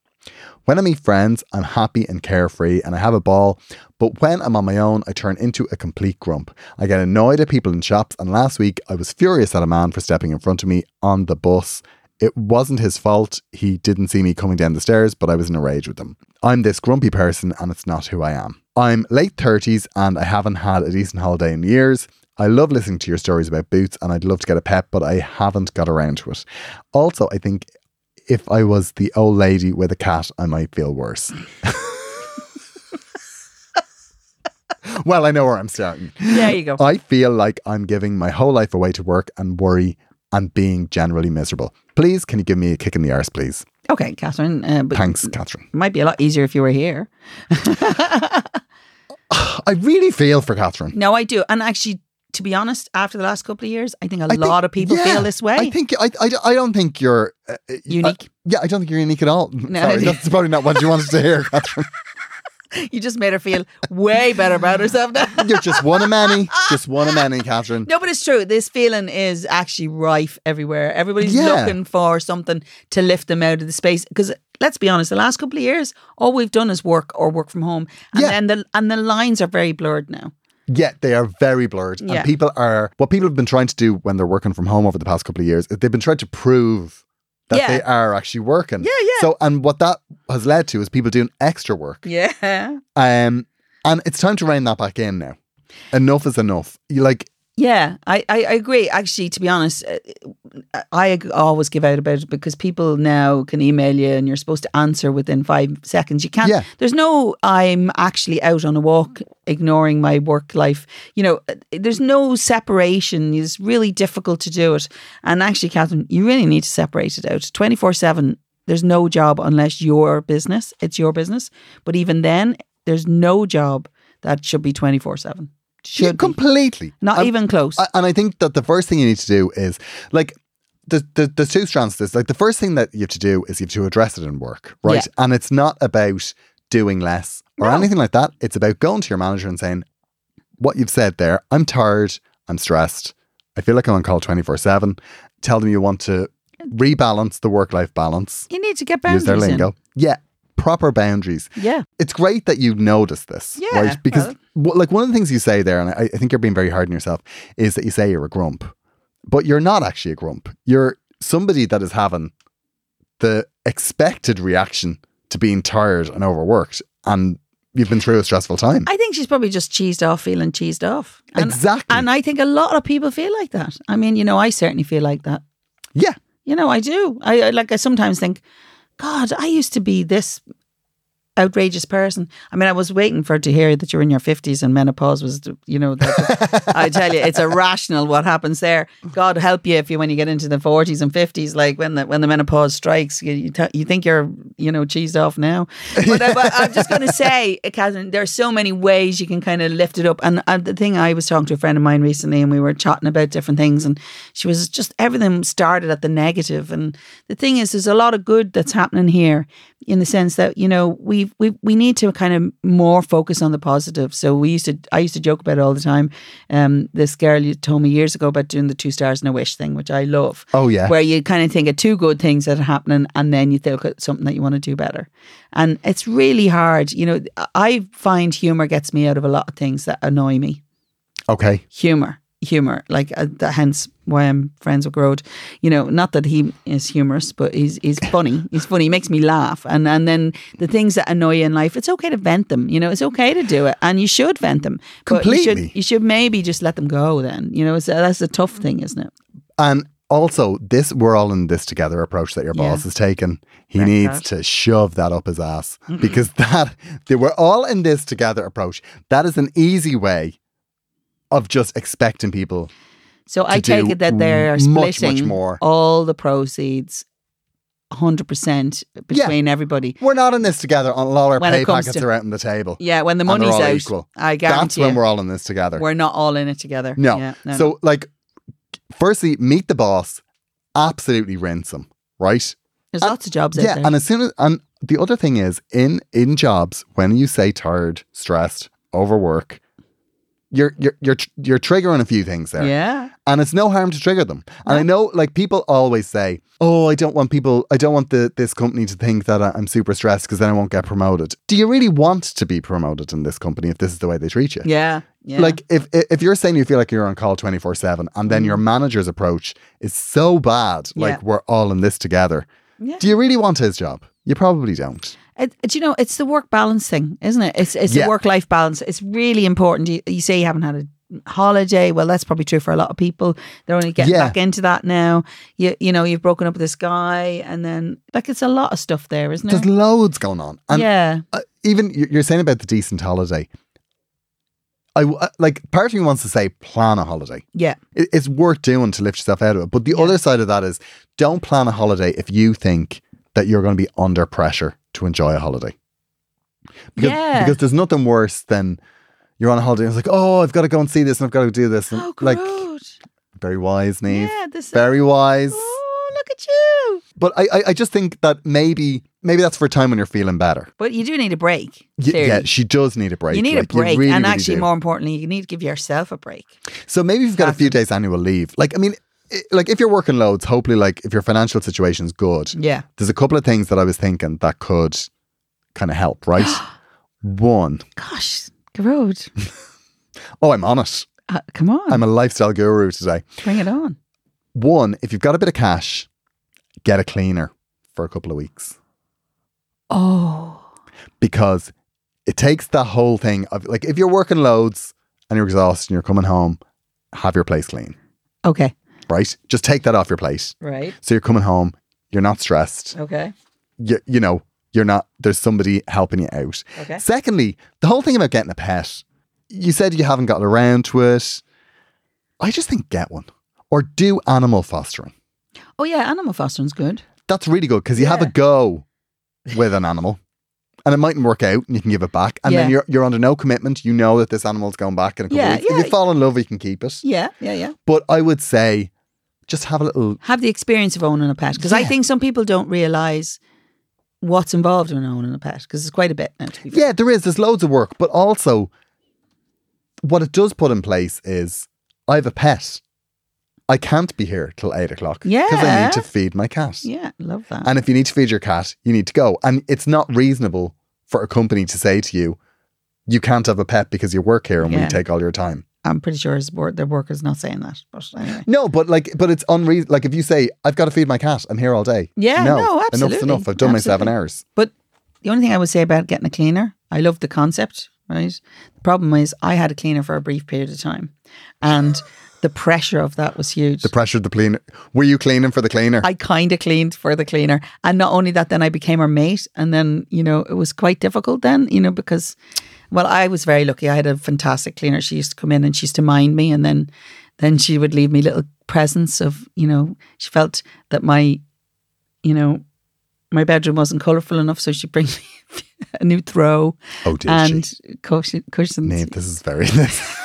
Speaker 5: When I meet friends, I'm happy and carefree and I have a ball, but when I'm on my own, I turn into a complete grump. I get annoyed at people in shops, and last week I was furious at a man for stepping in front of me on the bus. It wasn't his fault. He didn't see me coming down the stairs, but I was in a rage with him. I'm this grumpy person, and it's not who I am. I'm late 30s and I haven't had a decent holiday in years. I love listening to your stories about boots and I'd love to get a pet, but I haven't got around to it. Also, I think if I was the old lady with a cat, I might feel worse. well, I know where I'm starting.
Speaker 4: There you go.
Speaker 5: I feel like I'm giving my whole life away to work and worry and being generally miserable. Please, can you give me a kick in the arse, please?
Speaker 4: Okay, Catherine. Uh, but
Speaker 5: Thanks, Catherine.
Speaker 4: It might be a lot easier if you were here.
Speaker 5: I really feel for Catherine.
Speaker 4: No, I do. And actually, to be honest, after the last couple of years, I think a
Speaker 5: I
Speaker 4: lot
Speaker 5: think-
Speaker 4: of people
Speaker 5: yeah,
Speaker 4: feel this way.
Speaker 5: I think I, I, I don't think you're uh, uh,
Speaker 4: Unique.
Speaker 5: uh, yeah, I don't think you're unique at all. Sorry,
Speaker 4: I-
Speaker 5: that's probably not what you wanted to hear, Catherine.
Speaker 4: you just made her feel way better about herself now.
Speaker 5: You're just one of many. Just one of many, Catherine.
Speaker 4: No, but it's true. This feeling is actually rife everywhere. Everybody's
Speaker 5: Yeah.
Speaker 4: looking for something to lift them out of the space. Because let's be honest, the last couple of years, all we've done is work or work from home, and
Speaker 5: Yeah.
Speaker 4: then the and the lines are very blurred now.
Speaker 5: Yeah, they are very blurred.
Speaker 4: Yeah.
Speaker 5: And people are, what people have been trying to do when they're working from home over the past couple of years is they've been trying to prove that
Speaker 4: Yeah.
Speaker 5: they are actually working.
Speaker 4: Yeah, yeah.
Speaker 5: So, and what that has led to is people doing extra work.
Speaker 4: Yeah,
Speaker 5: Um, and it's time to rein that back in now. Enough is enough. You like,
Speaker 4: yeah. I I, I agree. Actually, to be honest, uh, I ag- always give out about it because people now can email you, and you're supposed to answer within five seconds. You can't.
Speaker 5: Yeah.
Speaker 4: There's no. I'm actually out on a walk, ignoring my work life. You know, uh, there's no separation. It's really difficult to do it. And actually, Catherine, you really need to separate it out. Twenty four seven. There's no job unless your business. It's your business. But even then, there's no job that should be twenty four seven.
Speaker 5: yeah,
Speaker 4: Should be.
Speaker 5: completely.
Speaker 4: not
Speaker 5: I'm-
Speaker 4: even close.
Speaker 5: Um, I- and I think that the first thing you need to do is like the, the there's two strands to this. Like the first thing that you have to do is you have to address it in work, right? And it's not about doing less or anything like that. It's about going to your manager and saying, What you've said there, I'm tired, I'm stressed, I feel like I'm on call twenty four seven. Tell them you want to rebalance the work life balance.
Speaker 4: you need to get
Speaker 5: Use
Speaker 4: boundaries
Speaker 5: their lingo.
Speaker 4: in.
Speaker 5: Yeah. Proper boundaries
Speaker 4: Yeah.
Speaker 5: it's great that you notice this,
Speaker 4: Yeah,
Speaker 5: right? Because
Speaker 4: well-
Speaker 5: wha- like one of the things you say there, and I, I think you're being very hard on yourself, is that you say you're a grump, but you're not actually a grump. You're somebody that is having the expected reaction to being tired and overworked, and you've been through a stressful time.
Speaker 4: I think she's probably just cheesed off, feeling cheesed off. And,
Speaker 5: Exactly.
Speaker 4: And I think a lot of people feel like that. I mean, you know, I certainly feel like that.
Speaker 5: yeah,
Speaker 4: You know, I do. I, I like. I sometimes think, God, I used to be this outrageous person. I mean, I was waiting for to hear that you're in your fifties and menopause was, you know, that, I tell you, it's irrational what happens there. God help you if you when you get into the forties and fifties, like when the when the menopause strikes, you you, t- you think you're you know cheesed off now. But, I, but I'm just going to say, uh, Catherine, there are so many ways you can kind of lift it up. And uh, the thing I was talking to a friend of mine recently, and we were chatting about different things, and she was just everything started at the negative. And the thing is, there's a lot of good that's happening here, in the sense that you know we we we need to kind of more focus on the positive. So we used to I used to joke about it all the time. Um, this girl you told me years ago about doing the two stars and a wish thing, which I love.
Speaker 5: Oh, yeah.
Speaker 4: where you kind of think of two good things that are happening, and then you look at something that you want to do better. And it's really hard, you know. I find humor gets me out of a lot of things that annoy me
Speaker 5: okay.
Speaker 4: humor humor like uh, th- hence why I'm friends with Grode you know not that he is humorous but he's he's funny he's funny he makes me laugh and and then the things that annoy you in life it's okay to vent them you know it's okay to do it and you should vent them but you should- you
Speaker 5: Completely.
Speaker 4: should, maybe just let them go then you know so that's a tough thing isn't it
Speaker 5: And also, this we're all in this together approach that your
Speaker 4: Yeah.
Speaker 5: boss has taken. He needs to shove that up his ass
Speaker 4: Mm-hmm.
Speaker 5: because that they we're all in this together approach. That is an easy way of just expecting people.
Speaker 4: so I
Speaker 5: To do
Speaker 4: take it that they are
Speaker 5: much, much
Speaker 4: splitting
Speaker 5: more.
Speaker 4: all the proceeds 100% between everybody
Speaker 5: We're not in this together on all our
Speaker 4: When it
Speaker 5: pay
Speaker 4: comes
Speaker 5: packets
Speaker 4: to-
Speaker 5: are out on the table.
Speaker 4: yeah when the
Speaker 5: And they're
Speaker 4: money's
Speaker 5: all
Speaker 4: out
Speaker 5: equal.
Speaker 4: I guarantee
Speaker 5: That's when
Speaker 4: you,
Speaker 5: we're all in this together.
Speaker 4: we're not all in it together
Speaker 5: No.
Speaker 4: Yeah,
Speaker 5: so, like, firstly, meet the boss, absolutely rinse him, right?
Speaker 4: There's lots of jobs
Speaker 5: yeah,
Speaker 4: out there.
Speaker 5: and as soon as and the other thing is in in jobs when you say tired, stressed, overwork, you're you're you're tr- you're triggering a few things there.
Speaker 4: Yeah.
Speaker 5: And it's no harm to trigger them. And I know like people always say, "Oh, I don't want people I don't want the this company to think that I- I'm super stressed because then I won't get promoted." Do you really want to be promoted in this company if this is the way they treat you?
Speaker 4: Yeah. Yeah.
Speaker 5: Like if if if you're saying you feel like you're on call 24/7 and then your manager's approach is so bad, like
Speaker 4: Mm. Yeah.
Speaker 5: we're all in this together.
Speaker 4: Yeah.
Speaker 5: Do you really want his job? You probably don't.
Speaker 4: It, it- you know, it's the work balance thing, isn't it? It's it's
Speaker 5: Yeah.
Speaker 4: the work life balance. It's really important. You, you say you haven't had a holiday. Well, that's probably true for a lot of people. They're only getting
Speaker 5: Yeah.
Speaker 4: back into that now. You you know, you've broken up with this guy, and then like it's a lot of stuff there, isn't
Speaker 5: There's
Speaker 4: it?
Speaker 5: loads going on. And
Speaker 4: yeah,
Speaker 5: uh, even you- you're saying about the decent holiday. I w- uh, like part of me wants to say plan a holiday.
Speaker 4: yeah,
Speaker 5: It- It's worth doing to lift yourself out of it. But the other side of that is don't plan a holiday if you think that you're going to be under pressure to enjoy a holiday. Because,
Speaker 4: Yeah.
Speaker 5: because there's nothing worse than you're on a holiday and it's like, oh, I've got to go and see this and I've got to do this. And
Speaker 4: Oh,
Speaker 5: like,
Speaker 4: good.
Speaker 5: very wise, Neve.
Speaker 4: yeah. This
Speaker 5: Very wise.
Speaker 4: Oh, look at you!
Speaker 5: But I, I, I just think that maybe maybe that's for a time when you're feeling better.
Speaker 4: But you do need a break.
Speaker 5: Y-
Speaker 4: clearly.
Speaker 5: yeah, she does need a break.
Speaker 4: you need
Speaker 5: Like,
Speaker 4: a break,
Speaker 5: really,
Speaker 4: and
Speaker 5: really
Speaker 4: actually,
Speaker 5: do.
Speaker 4: more importantly, you need to give yourself a break.
Speaker 5: So maybe you've got a few days annual leave. Like, I mean, i like if you're working loads, hopefully, like if your financial situation's good,
Speaker 4: Yeah,
Speaker 5: there's a couple of things that I was thinking that could kind of help, right? One,
Speaker 4: gosh, Garode,
Speaker 5: oh, I'm on it.
Speaker 4: uh, come on,
Speaker 5: I'm a lifestyle guru today.
Speaker 4: bring it on.
Speaker 5: One, if you've got a bit of cash, get a cleaner for a couple of weeks
Speaker 4: Oh,
Speaker 5: because it takes the whole thing of like if you're working loads and you're exhausted and you're coming home, have your place clean,
Speaker 4: okay,
Speaker 5: right? Just take that off your plate.
Speaker 4: right,
Speaker 5: So you're coming home, you're not stressed.
Speaker 4: okay,
Speaker 5: you, you know, you're not, there's somebody helping you out.
Speaker 4: okay.
Speaker 5: Secondly, the whole thing about getting a pet, you said you haven't gotten around to it. I just think get one or do animal fostering.
Speaker 4: Oh yeah, animal fostering's good.
Speaker 5: That's really good because you have a
Speaker 4: Yeah.
Speaker 5: go with an animal and it mightn't work out and you can give it back. And then
Speaker 4: Yeah.
Speaker 5: you're, you're under no commitment. You know that this animal's going back in a couple
Speaker 4: Yeah,
Speaker 5: of weeks.
Speaker 4: yeah.
Speaker 5: If you fall in love, you can keep it.
Speaker 4: Yeah, yeah, yeah.
Speaker 5: But I would say just have a little,
Speaker 4: Have the experience of owning a pet because I
Speaker 5: Yeah.
Speaker 4: think some people don't realize what's involved in owning a pet because it's quite a bit now. To be fair.
Speaker 5: yeah, there is, there's loads of work. But also, what it does put in place is I have a pet. I can't be here till eight o'clock because I
Speaker 4: Yeah.
Speaker 5: need to feed my cat.
Speaker 4: yeah, love that.
Speaker 5: And if you need to feed your cat, you need to go. And it's not reasonable for a company to say to you, you can't have a pet because you work here and we
Speaker 4: Yeah.
Speaker 5: take all your time.
Speaker 4: I'm pretty sure his board, their worker's not saying that, but anyway.
Speaker 5: No, but like, but it's unreasonable. Like, if you say, I've got to feed my cat, I'm here all day.
Speaker 4: Yeah, no,
Speaker 5: Enough's
Speaker 4: absolutely.
Speaker 5: enough. I've done my seven
Speaker 4: Absolutely.
Speaker 5: hours.
Speaker 4: But the only thing I would say about getting a cleaner, I love the concept, right? The problem is I had a cleaner for a brief period of time, and the pressure of that was huge.
Speaker 5: The pressure, the cleaner. Were you cleaning for the cleaner?
Speaker 4: I kind of cleaned for the cleaner. And not only that, then I became her mate. And then, you know, it was quite difficult then, you know, because, well, I was very lucky. I had a fantastic cleaner. She used to come in and she used to mind me. And then, then she would leave me little presents of, you know, she felt that my, you know, my bedroom wasn't colourful enough. So she'd bring me a new throw
Speaker 5: oh, did
Speaker 4: and
Speaker 5: she?
Speaker 4: cushion, cushions.
Speaker 5: Nate, this is very this.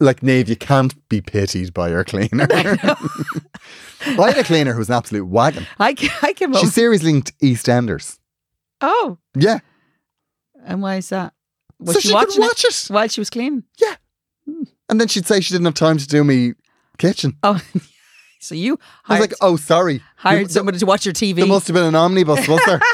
Speaker 5: like Nave, you can't be pitied by your cleaner. I had a cleaner who was an absolute wagon.
Speaker 4: I, ca- I came
Speaker 5: She
Speaker 4: over.
Speaker 5: series linked EastEnders.
Speaker 4: Oh,
Speaker 5: Yeah,
Speaker 4: and why is that? Was
Speaker 5: so
Speaker 4: she,
Speaker 5: she could
Speaker 4: watching
Speaker 5: watch it,
Speaker 4: it while she was cleaning?
Speaker 5: and then she'd say she didn't have time to do me kitchen.
Speaker 4: Oh, so you
Speaker 5: I was
Speaker 4: hired,
Speaker 5: like, oh, sorry.
Speaker 4: hired
Speaker 5: You- th-
Speaker 4: somebody to watch your TV.
Speaker 5: There must have been an omnibus, was there?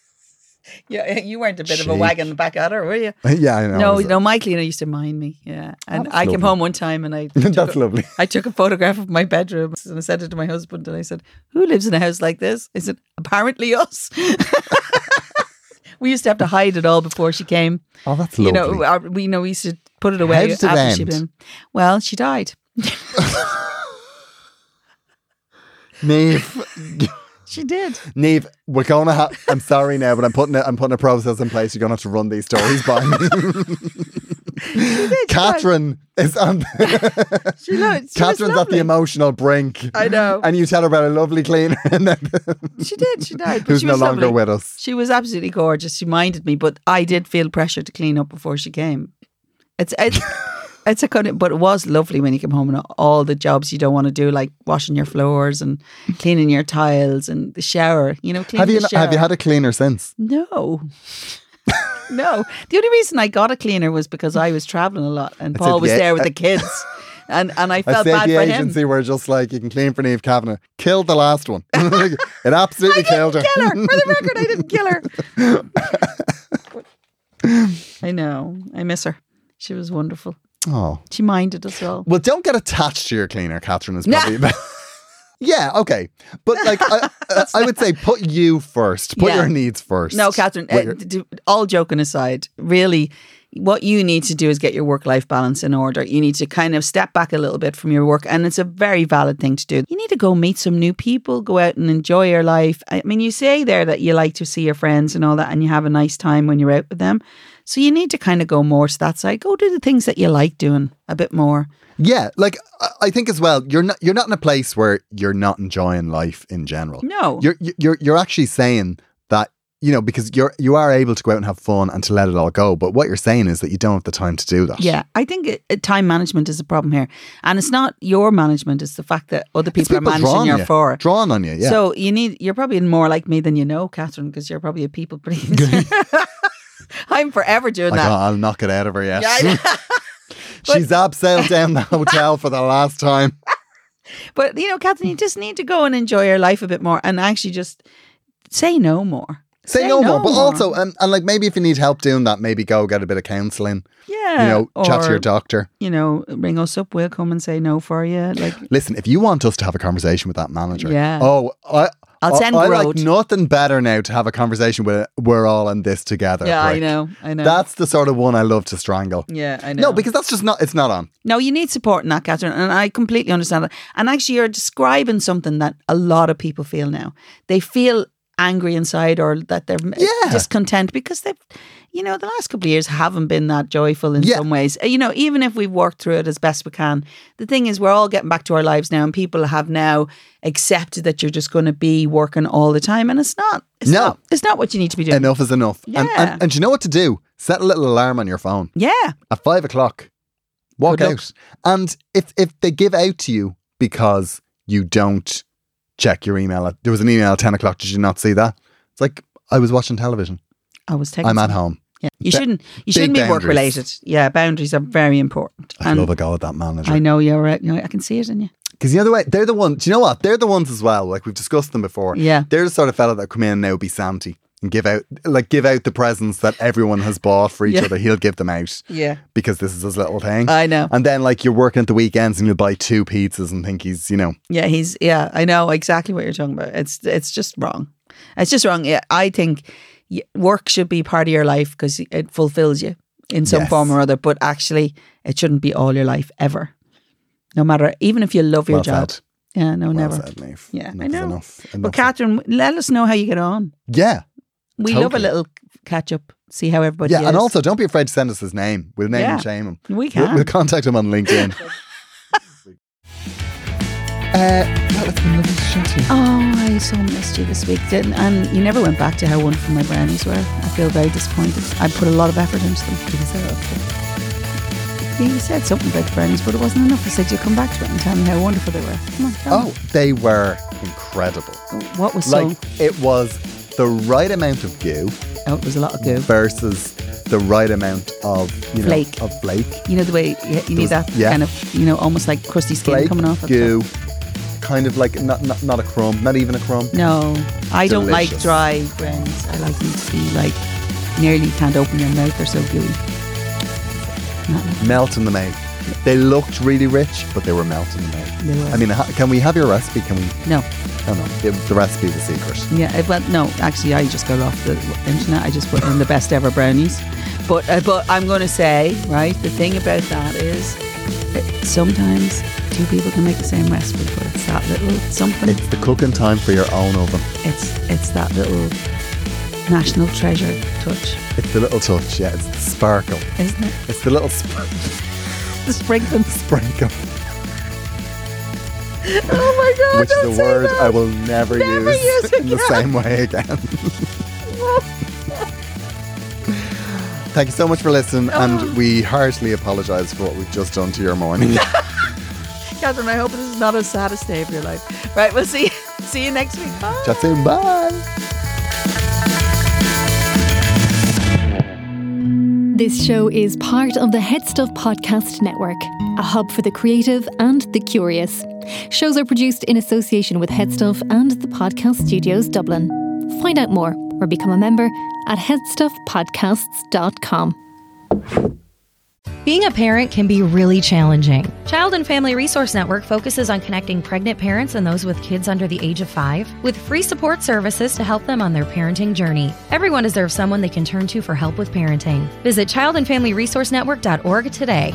Speaker 4: yeah, eh, you weren't a bit of a
Speaker 5: Cheek.
Speaker 4: wagon back at her, were you?
Speaker 5: yeah, I know. I
Speaker 4: No,
Speaker 5: was-
Speaker 4: no, my cleaner used to mind me. Yeah, and
Speaker 5: that's
Speaker 4: I came
Speaker 5: lovely.
Speaker 4: home one time and I took
Speaker 5: That's
Speaker 4: a-
Speaker 5: lovely.
Speaker 4: I took a photograph of my bedroom and I sent it to my husband and I said, "Who lives in a house like this?" I said, "Apparently us." we used to have to hide it all before she came.
Speaker 5: Oh, that's lovely.
Speaker 4: You know, uh, our, we you know we used to put it
Speaker 5: How
Speaker 4: away
Speaker 5: did it
Speaker 4: after she'd
Speaker 5: end?
Speaker 4: been. Well, she died.
Speaker 5: Nave,
Speaker 4: She did.
Speaker 5: Neve, we're gonna have. I'm sorry now, but I'm putting a, I'm putting a process in place. You're gonna have to run these stories by me. Catherine is on.
Speaker 4: She looked. she was
Speaker 5: Catherine's at the
Speaker 4: lovely.
Speaker 5: emotional brink.
Speaker 4: I know.
Speaker 5: And you tell her about a lovely cleaner, and then
Speaker 4: She did. She died. But
Speaker 5: who's
Speaker 4: she
Speaker 5: no
Speaker 4: was
Speaker 5: longer
Speaker 4: lovely.
Speaker 5: with us.
Speaker 4: She was absolutely gorgeous. She minded me, but I did feel pressure to clean up before she came. It's it's, it's a kind of, but it was lovely when you came home and all the jobs you don't want to do, like washing your floors and cleaning your tiles and the shower. You know, cleaning
Speaker 5: Have you
Speaker 4: the shower.
Speaker 5: have you had a cleaner since?
Speaker 4: No, No, the only reason I got a cleaner was because I was traveling a lot, and
Speaker 5: That's
Speaker 4: Paul
Speaker 5: it,
Speaker 4: was
Speaker 5: yeah.
Speaker 4: there with the kids, and and I
Speaker 5: I
Speaker 4: felt
Speaker 5: said
Speaker 4: bad
Speaker 5: e- the
Speaker 4: for
Speaker 5: agency
Speaker 4: him.
Speaker 5: were just like, you can claim for Neve Kavanagh. Killed the last one. it absolutely killed her.
Speaker 4: Kill her for the record. I didn't kill her. I know. I miss her. She was wonderful.
Speaker 5: Oh.
Speaker 4: She minded us all.
Speaker 5: Well, don't get attached to your cleaner, Catherine is
Speaker 4: Nah.
Speaker 5: probably. yeah, okay. But like, I, uh, I- I would say put you first. Put
Speaker 4: Yeah.
Speaker 5: your needs first.
Speaker 4: No, Catherine,
Speaker 5: Wait,
Speaker 4: uh, d- all joking aside, really, what you need to do is get your work life balance in order. You need to kind of step back a little bit from your work, and it's a very valid thing to do. You need to go meet some new people, go out and enjoy your life. I mean, you say there that you like to see your friends and all that, and you have a nice time when you're out with them. So you need to kind of go more to that side. Go do the things that you like doing a bit more.
Speaker 5: Yeah, like I- I think as well, you're not you're not in a place where you're not enjoying life in general.
Speaker 4: No.
Speaker 5: You're you're you're actually saying that you know because you're you are able to go out and have fun and to let it all go. But what you're saying is that you don't have the time to do that.
Speaker 4: Yeah, I think it, it- time management is a problem here, and it's not your management; it's the fact that other
Speaker 5: It's
Speaker 4: people, are managing
Speaker 5: drawn
Speaker 4: your
Speaker 5: you,
Speaker 4: for.
Speaker 5: drawn on you. Yeah.
Speaker 4: So you need you're probably more like me than you know, Catherine, because you're probably a people pleaser. I'm forever doing
Speaker 5: I
Speaker 4: that.
Speaker 5: will "Oh, knock it out of her. Yes.
Speaker 4: Yeah, I-
Speaker 5: She's abseiled down the hotel for the last time.
Speaker 4: but you know, Catherine, you just need to go and enjoy your life a bit more, and actually just say no more.
Speaker 5: Say, no, more. But also, and, and like maybe if you need help doing that, maybe go get a bit of counselling.
Speaker 4: yeah,
Speaker 5: you know, chat to
Speaker 4: or,
Speaker 5: your doctor.
Speaker 4: You know, ring us up. We'll come and say no for you. Like,
Speaker 5: Listen, if you want us to have a conversation with that manager,
Speaker 4: Yeah.
Speaker 5: Oh, I.
Speaker 4: I'll
Speaker 5: I-
Speaker 4: send
Speaker 5: I like
Speaker 4: Grode.
Speaker 5: nothing better now to have a conversation where we're all in this together.
Speaker 4: yeah, I
Speaker 5: prick.
Speaker 4: know, I know.
Speaker 5: That's the sort of one I love to strangle.
Speaker 4: yeah, I know.
Speaker 5: No, because that's just not. It's not on.
Speaker 4: No, you need support in that, Catherine, and I completely understand that. And actually, you're describing something that a lot of people feel now. They feel angry inside, or that they're uh,
Speaker 5: Yeah.
Speaker 4: discontent because they've, you know, the last couple of years haven't been that joyful in
Speaker 5: Yeah.
Speaker 4: some ways. Uh, You know, even if we've worked through it as best we can, the thing is, we're all getting back to our lives now, and people have now accepted that you're just going to be working all the time, and it's not. It's
Speaker 5: No.
Speaker 4: not, it's not what you need to be doing.
Speaker 5: Enough is enough. And, uh,
Speaker 4: Yeah.
Speaker 5: and and you know what to do? Set a little alarm on your phone
Speaker 4: yeah,
Speaker 5: at five o'clock. Walk
Speaker 4: Good
Speaker 5: out,
Speaker 4: luck.
Speaker 5: and if if they give out to you because you don't check your email, at, there was an email at ten o'clock. Did you not see that? It's like I was watching television.
Speaker 4: I was taking.
Speaker 5: I'm at
Speaker 4: some-
Speaker 5: home.
Speaker 4: Yeah. You
Speaker 5: Ba-
Speaker 4: shouldn't. You
Speaker 5: big
Speaker 4: shouldn't be work
Speaker 5: boundaries.
Speaker 4: related. Yeah, boundaries are very important.
Speaker 5: I love a go at that manager.
Speaker 4: I know you're right. You know, I can see it in you.
Speaker 5: Because the other way, they're the ones, do you know what? They're the ones as well. Like we've discussed them before.
Speaker 4: Yeah.
Speaker 5: They're the sort of fella that come in and now be Santi and give out, like, give out the presents that everyone has bought for each
Speaker 4: Yeah.
Speaker 5: other. He'll give them out.
Speaker 4: Yeah.
Speaker 5: Because this is his little thing.
Speaker 4: I know.
Speaker 5: And then, like, you're working at the weekends and you'll buy two pizzas and think he's, you know,
Speaker 4: Yeah, he's yeah, I know exactly what you're talking about. It's it's just wrong. It's just wrong. Yeah, I think y- work should be part of your life because it fulfills you in some
Speaker 5: Yes.
Speaker 4: form or other, but actually it shouldn't be all your life ever. No matter even if you love your
Speaker 5: well
Speaker 4: job.
Speaker 5: said.
Speaker 4: Yeah, no,
Speaker 5: Well
Speaker 4: never.
Speaker 5: said, Niamh.
Speaker 4: Yeah,
Speaker 5: Enough
Speaker 4: I
Speaker 5: is
Speaker 4: know.
Speaker 5: Enough.
Speaker 4: But
Speaker 5: Enough.
Speaker 4: Catherine, let us know how you get on.
Speaker 5: yeah.
Speaker 4: We love a
Speaker 5: Totally.
Speaker 4: little catch up, see how everybody
Speaker 5: Yeah.
Speaker 4: is.
Speaker 5: And also, don't be afraid to send us his name. We'll name
Speaker 4: Yeah.
Speaker 5: and shame him.
Speaker 4: we
Speaker 5: We'll-
Speaker 4: can.
Speaker 5: We'll, contact him on LinkedIn. Uh, well, it's been lovely to chat to you.
Speaker 4: Oh, I so missed you this week, didn't? And you never went back to how wonderful my brownies were. I feel very disappointed. I put a lot of effort into them. Did you say that? You said something about the brownies, but it wasn't enough. I said you come back to it and tell me how wonderful they were. Come on. tell me.
Speaker 5: Oh, they were incredible.
Speaker 4: what was
Speaker 5: Oh. Like
Speaker 4: so?
Speaker 5: it was the right amount of goo
Speaker 4: Oh, it was a lot of goo.
Speaker 5: versus the right amount of you know
Speaker 4: Flake.
Speaker 5: of flake,
Speaker 4: You know the way you, you
Speaker 5: was-
Speaker 4: need that
Speaker 5: yeah.
Speaker 4: kind of, you know, almost like crusty skin
Speaker 5: flake
Speaker 4: coming off. at the
Speaker 5: goo, kind of like not, not not a crumb, not even a crumb.
Speaker 4: top. No, I don't like
Speaker 5: Delicious.
Speaker 4: dry brownies. I like them to be like nearly can't open your mouth. They're so gooey. Not like
Speaker 5: Melt in the mouth. They looked really rich, but they were melt in the mouth.
Speaker 4: They were.
Speaker 5: I mean, ha- can we have your recipe? Can we?
Speaker 4: no.
Speaker 5: Oh no, the, the recipe is the secret.
Speaker 4: Yeah, uh, well, no, actually, I just got off the internet. I just put in the best ever brownies. But uh, but I'm going to say, right, the thing about that is uh, sometimes two people can make the same recipe, but it's that little something.
Speaker 5: It's the cooking time for your own oven.
Speaker 4: It's it's that little national treasure touch,
Speaker 5: It's the little touch, yeah. It's the sparkle.
Speaker 4: isn't it?
Speaker 5: It's the little sp-
Speaker 4: The sprinkling.
Speaker 5: sprinkle.
Speaker 4: Oh my God!
Speaker 5: which is a word I will never,
Speaker 4: Never
Speaker 5: use,
Speaker 4: use
Speaker 5: in the
Speaker 4: again.
Speaker 5: same way again. Thank you so much for listening,
Speaker 4: Oh.
Speaker 5: and we heartily apologise for what we've just done to your morning.
Speaker 4: Catherine, I hope this is not a saddest day of your life. Right, we'll see see you next week. Bye.
Speaker 5: Chat soon, bye.
Speaker 3: This show is part of the Head Stuff Podcast Network, a hub for the creative and the curious. Shows are produced in association with Head Stuff and the Podcast Studios Dublin. Find out more or become a member at headstuffpodcasts.com.
Speaker 9: Being a parent can be really challenging. Child and Family Resource Network focuses on connecting pregnant parents and those with kids under the age of five with free support services to help them on their parenting journey. Everyone deserves someone they can turn to for help with parenting. Visit childandfamilyresourcenetwork.org today.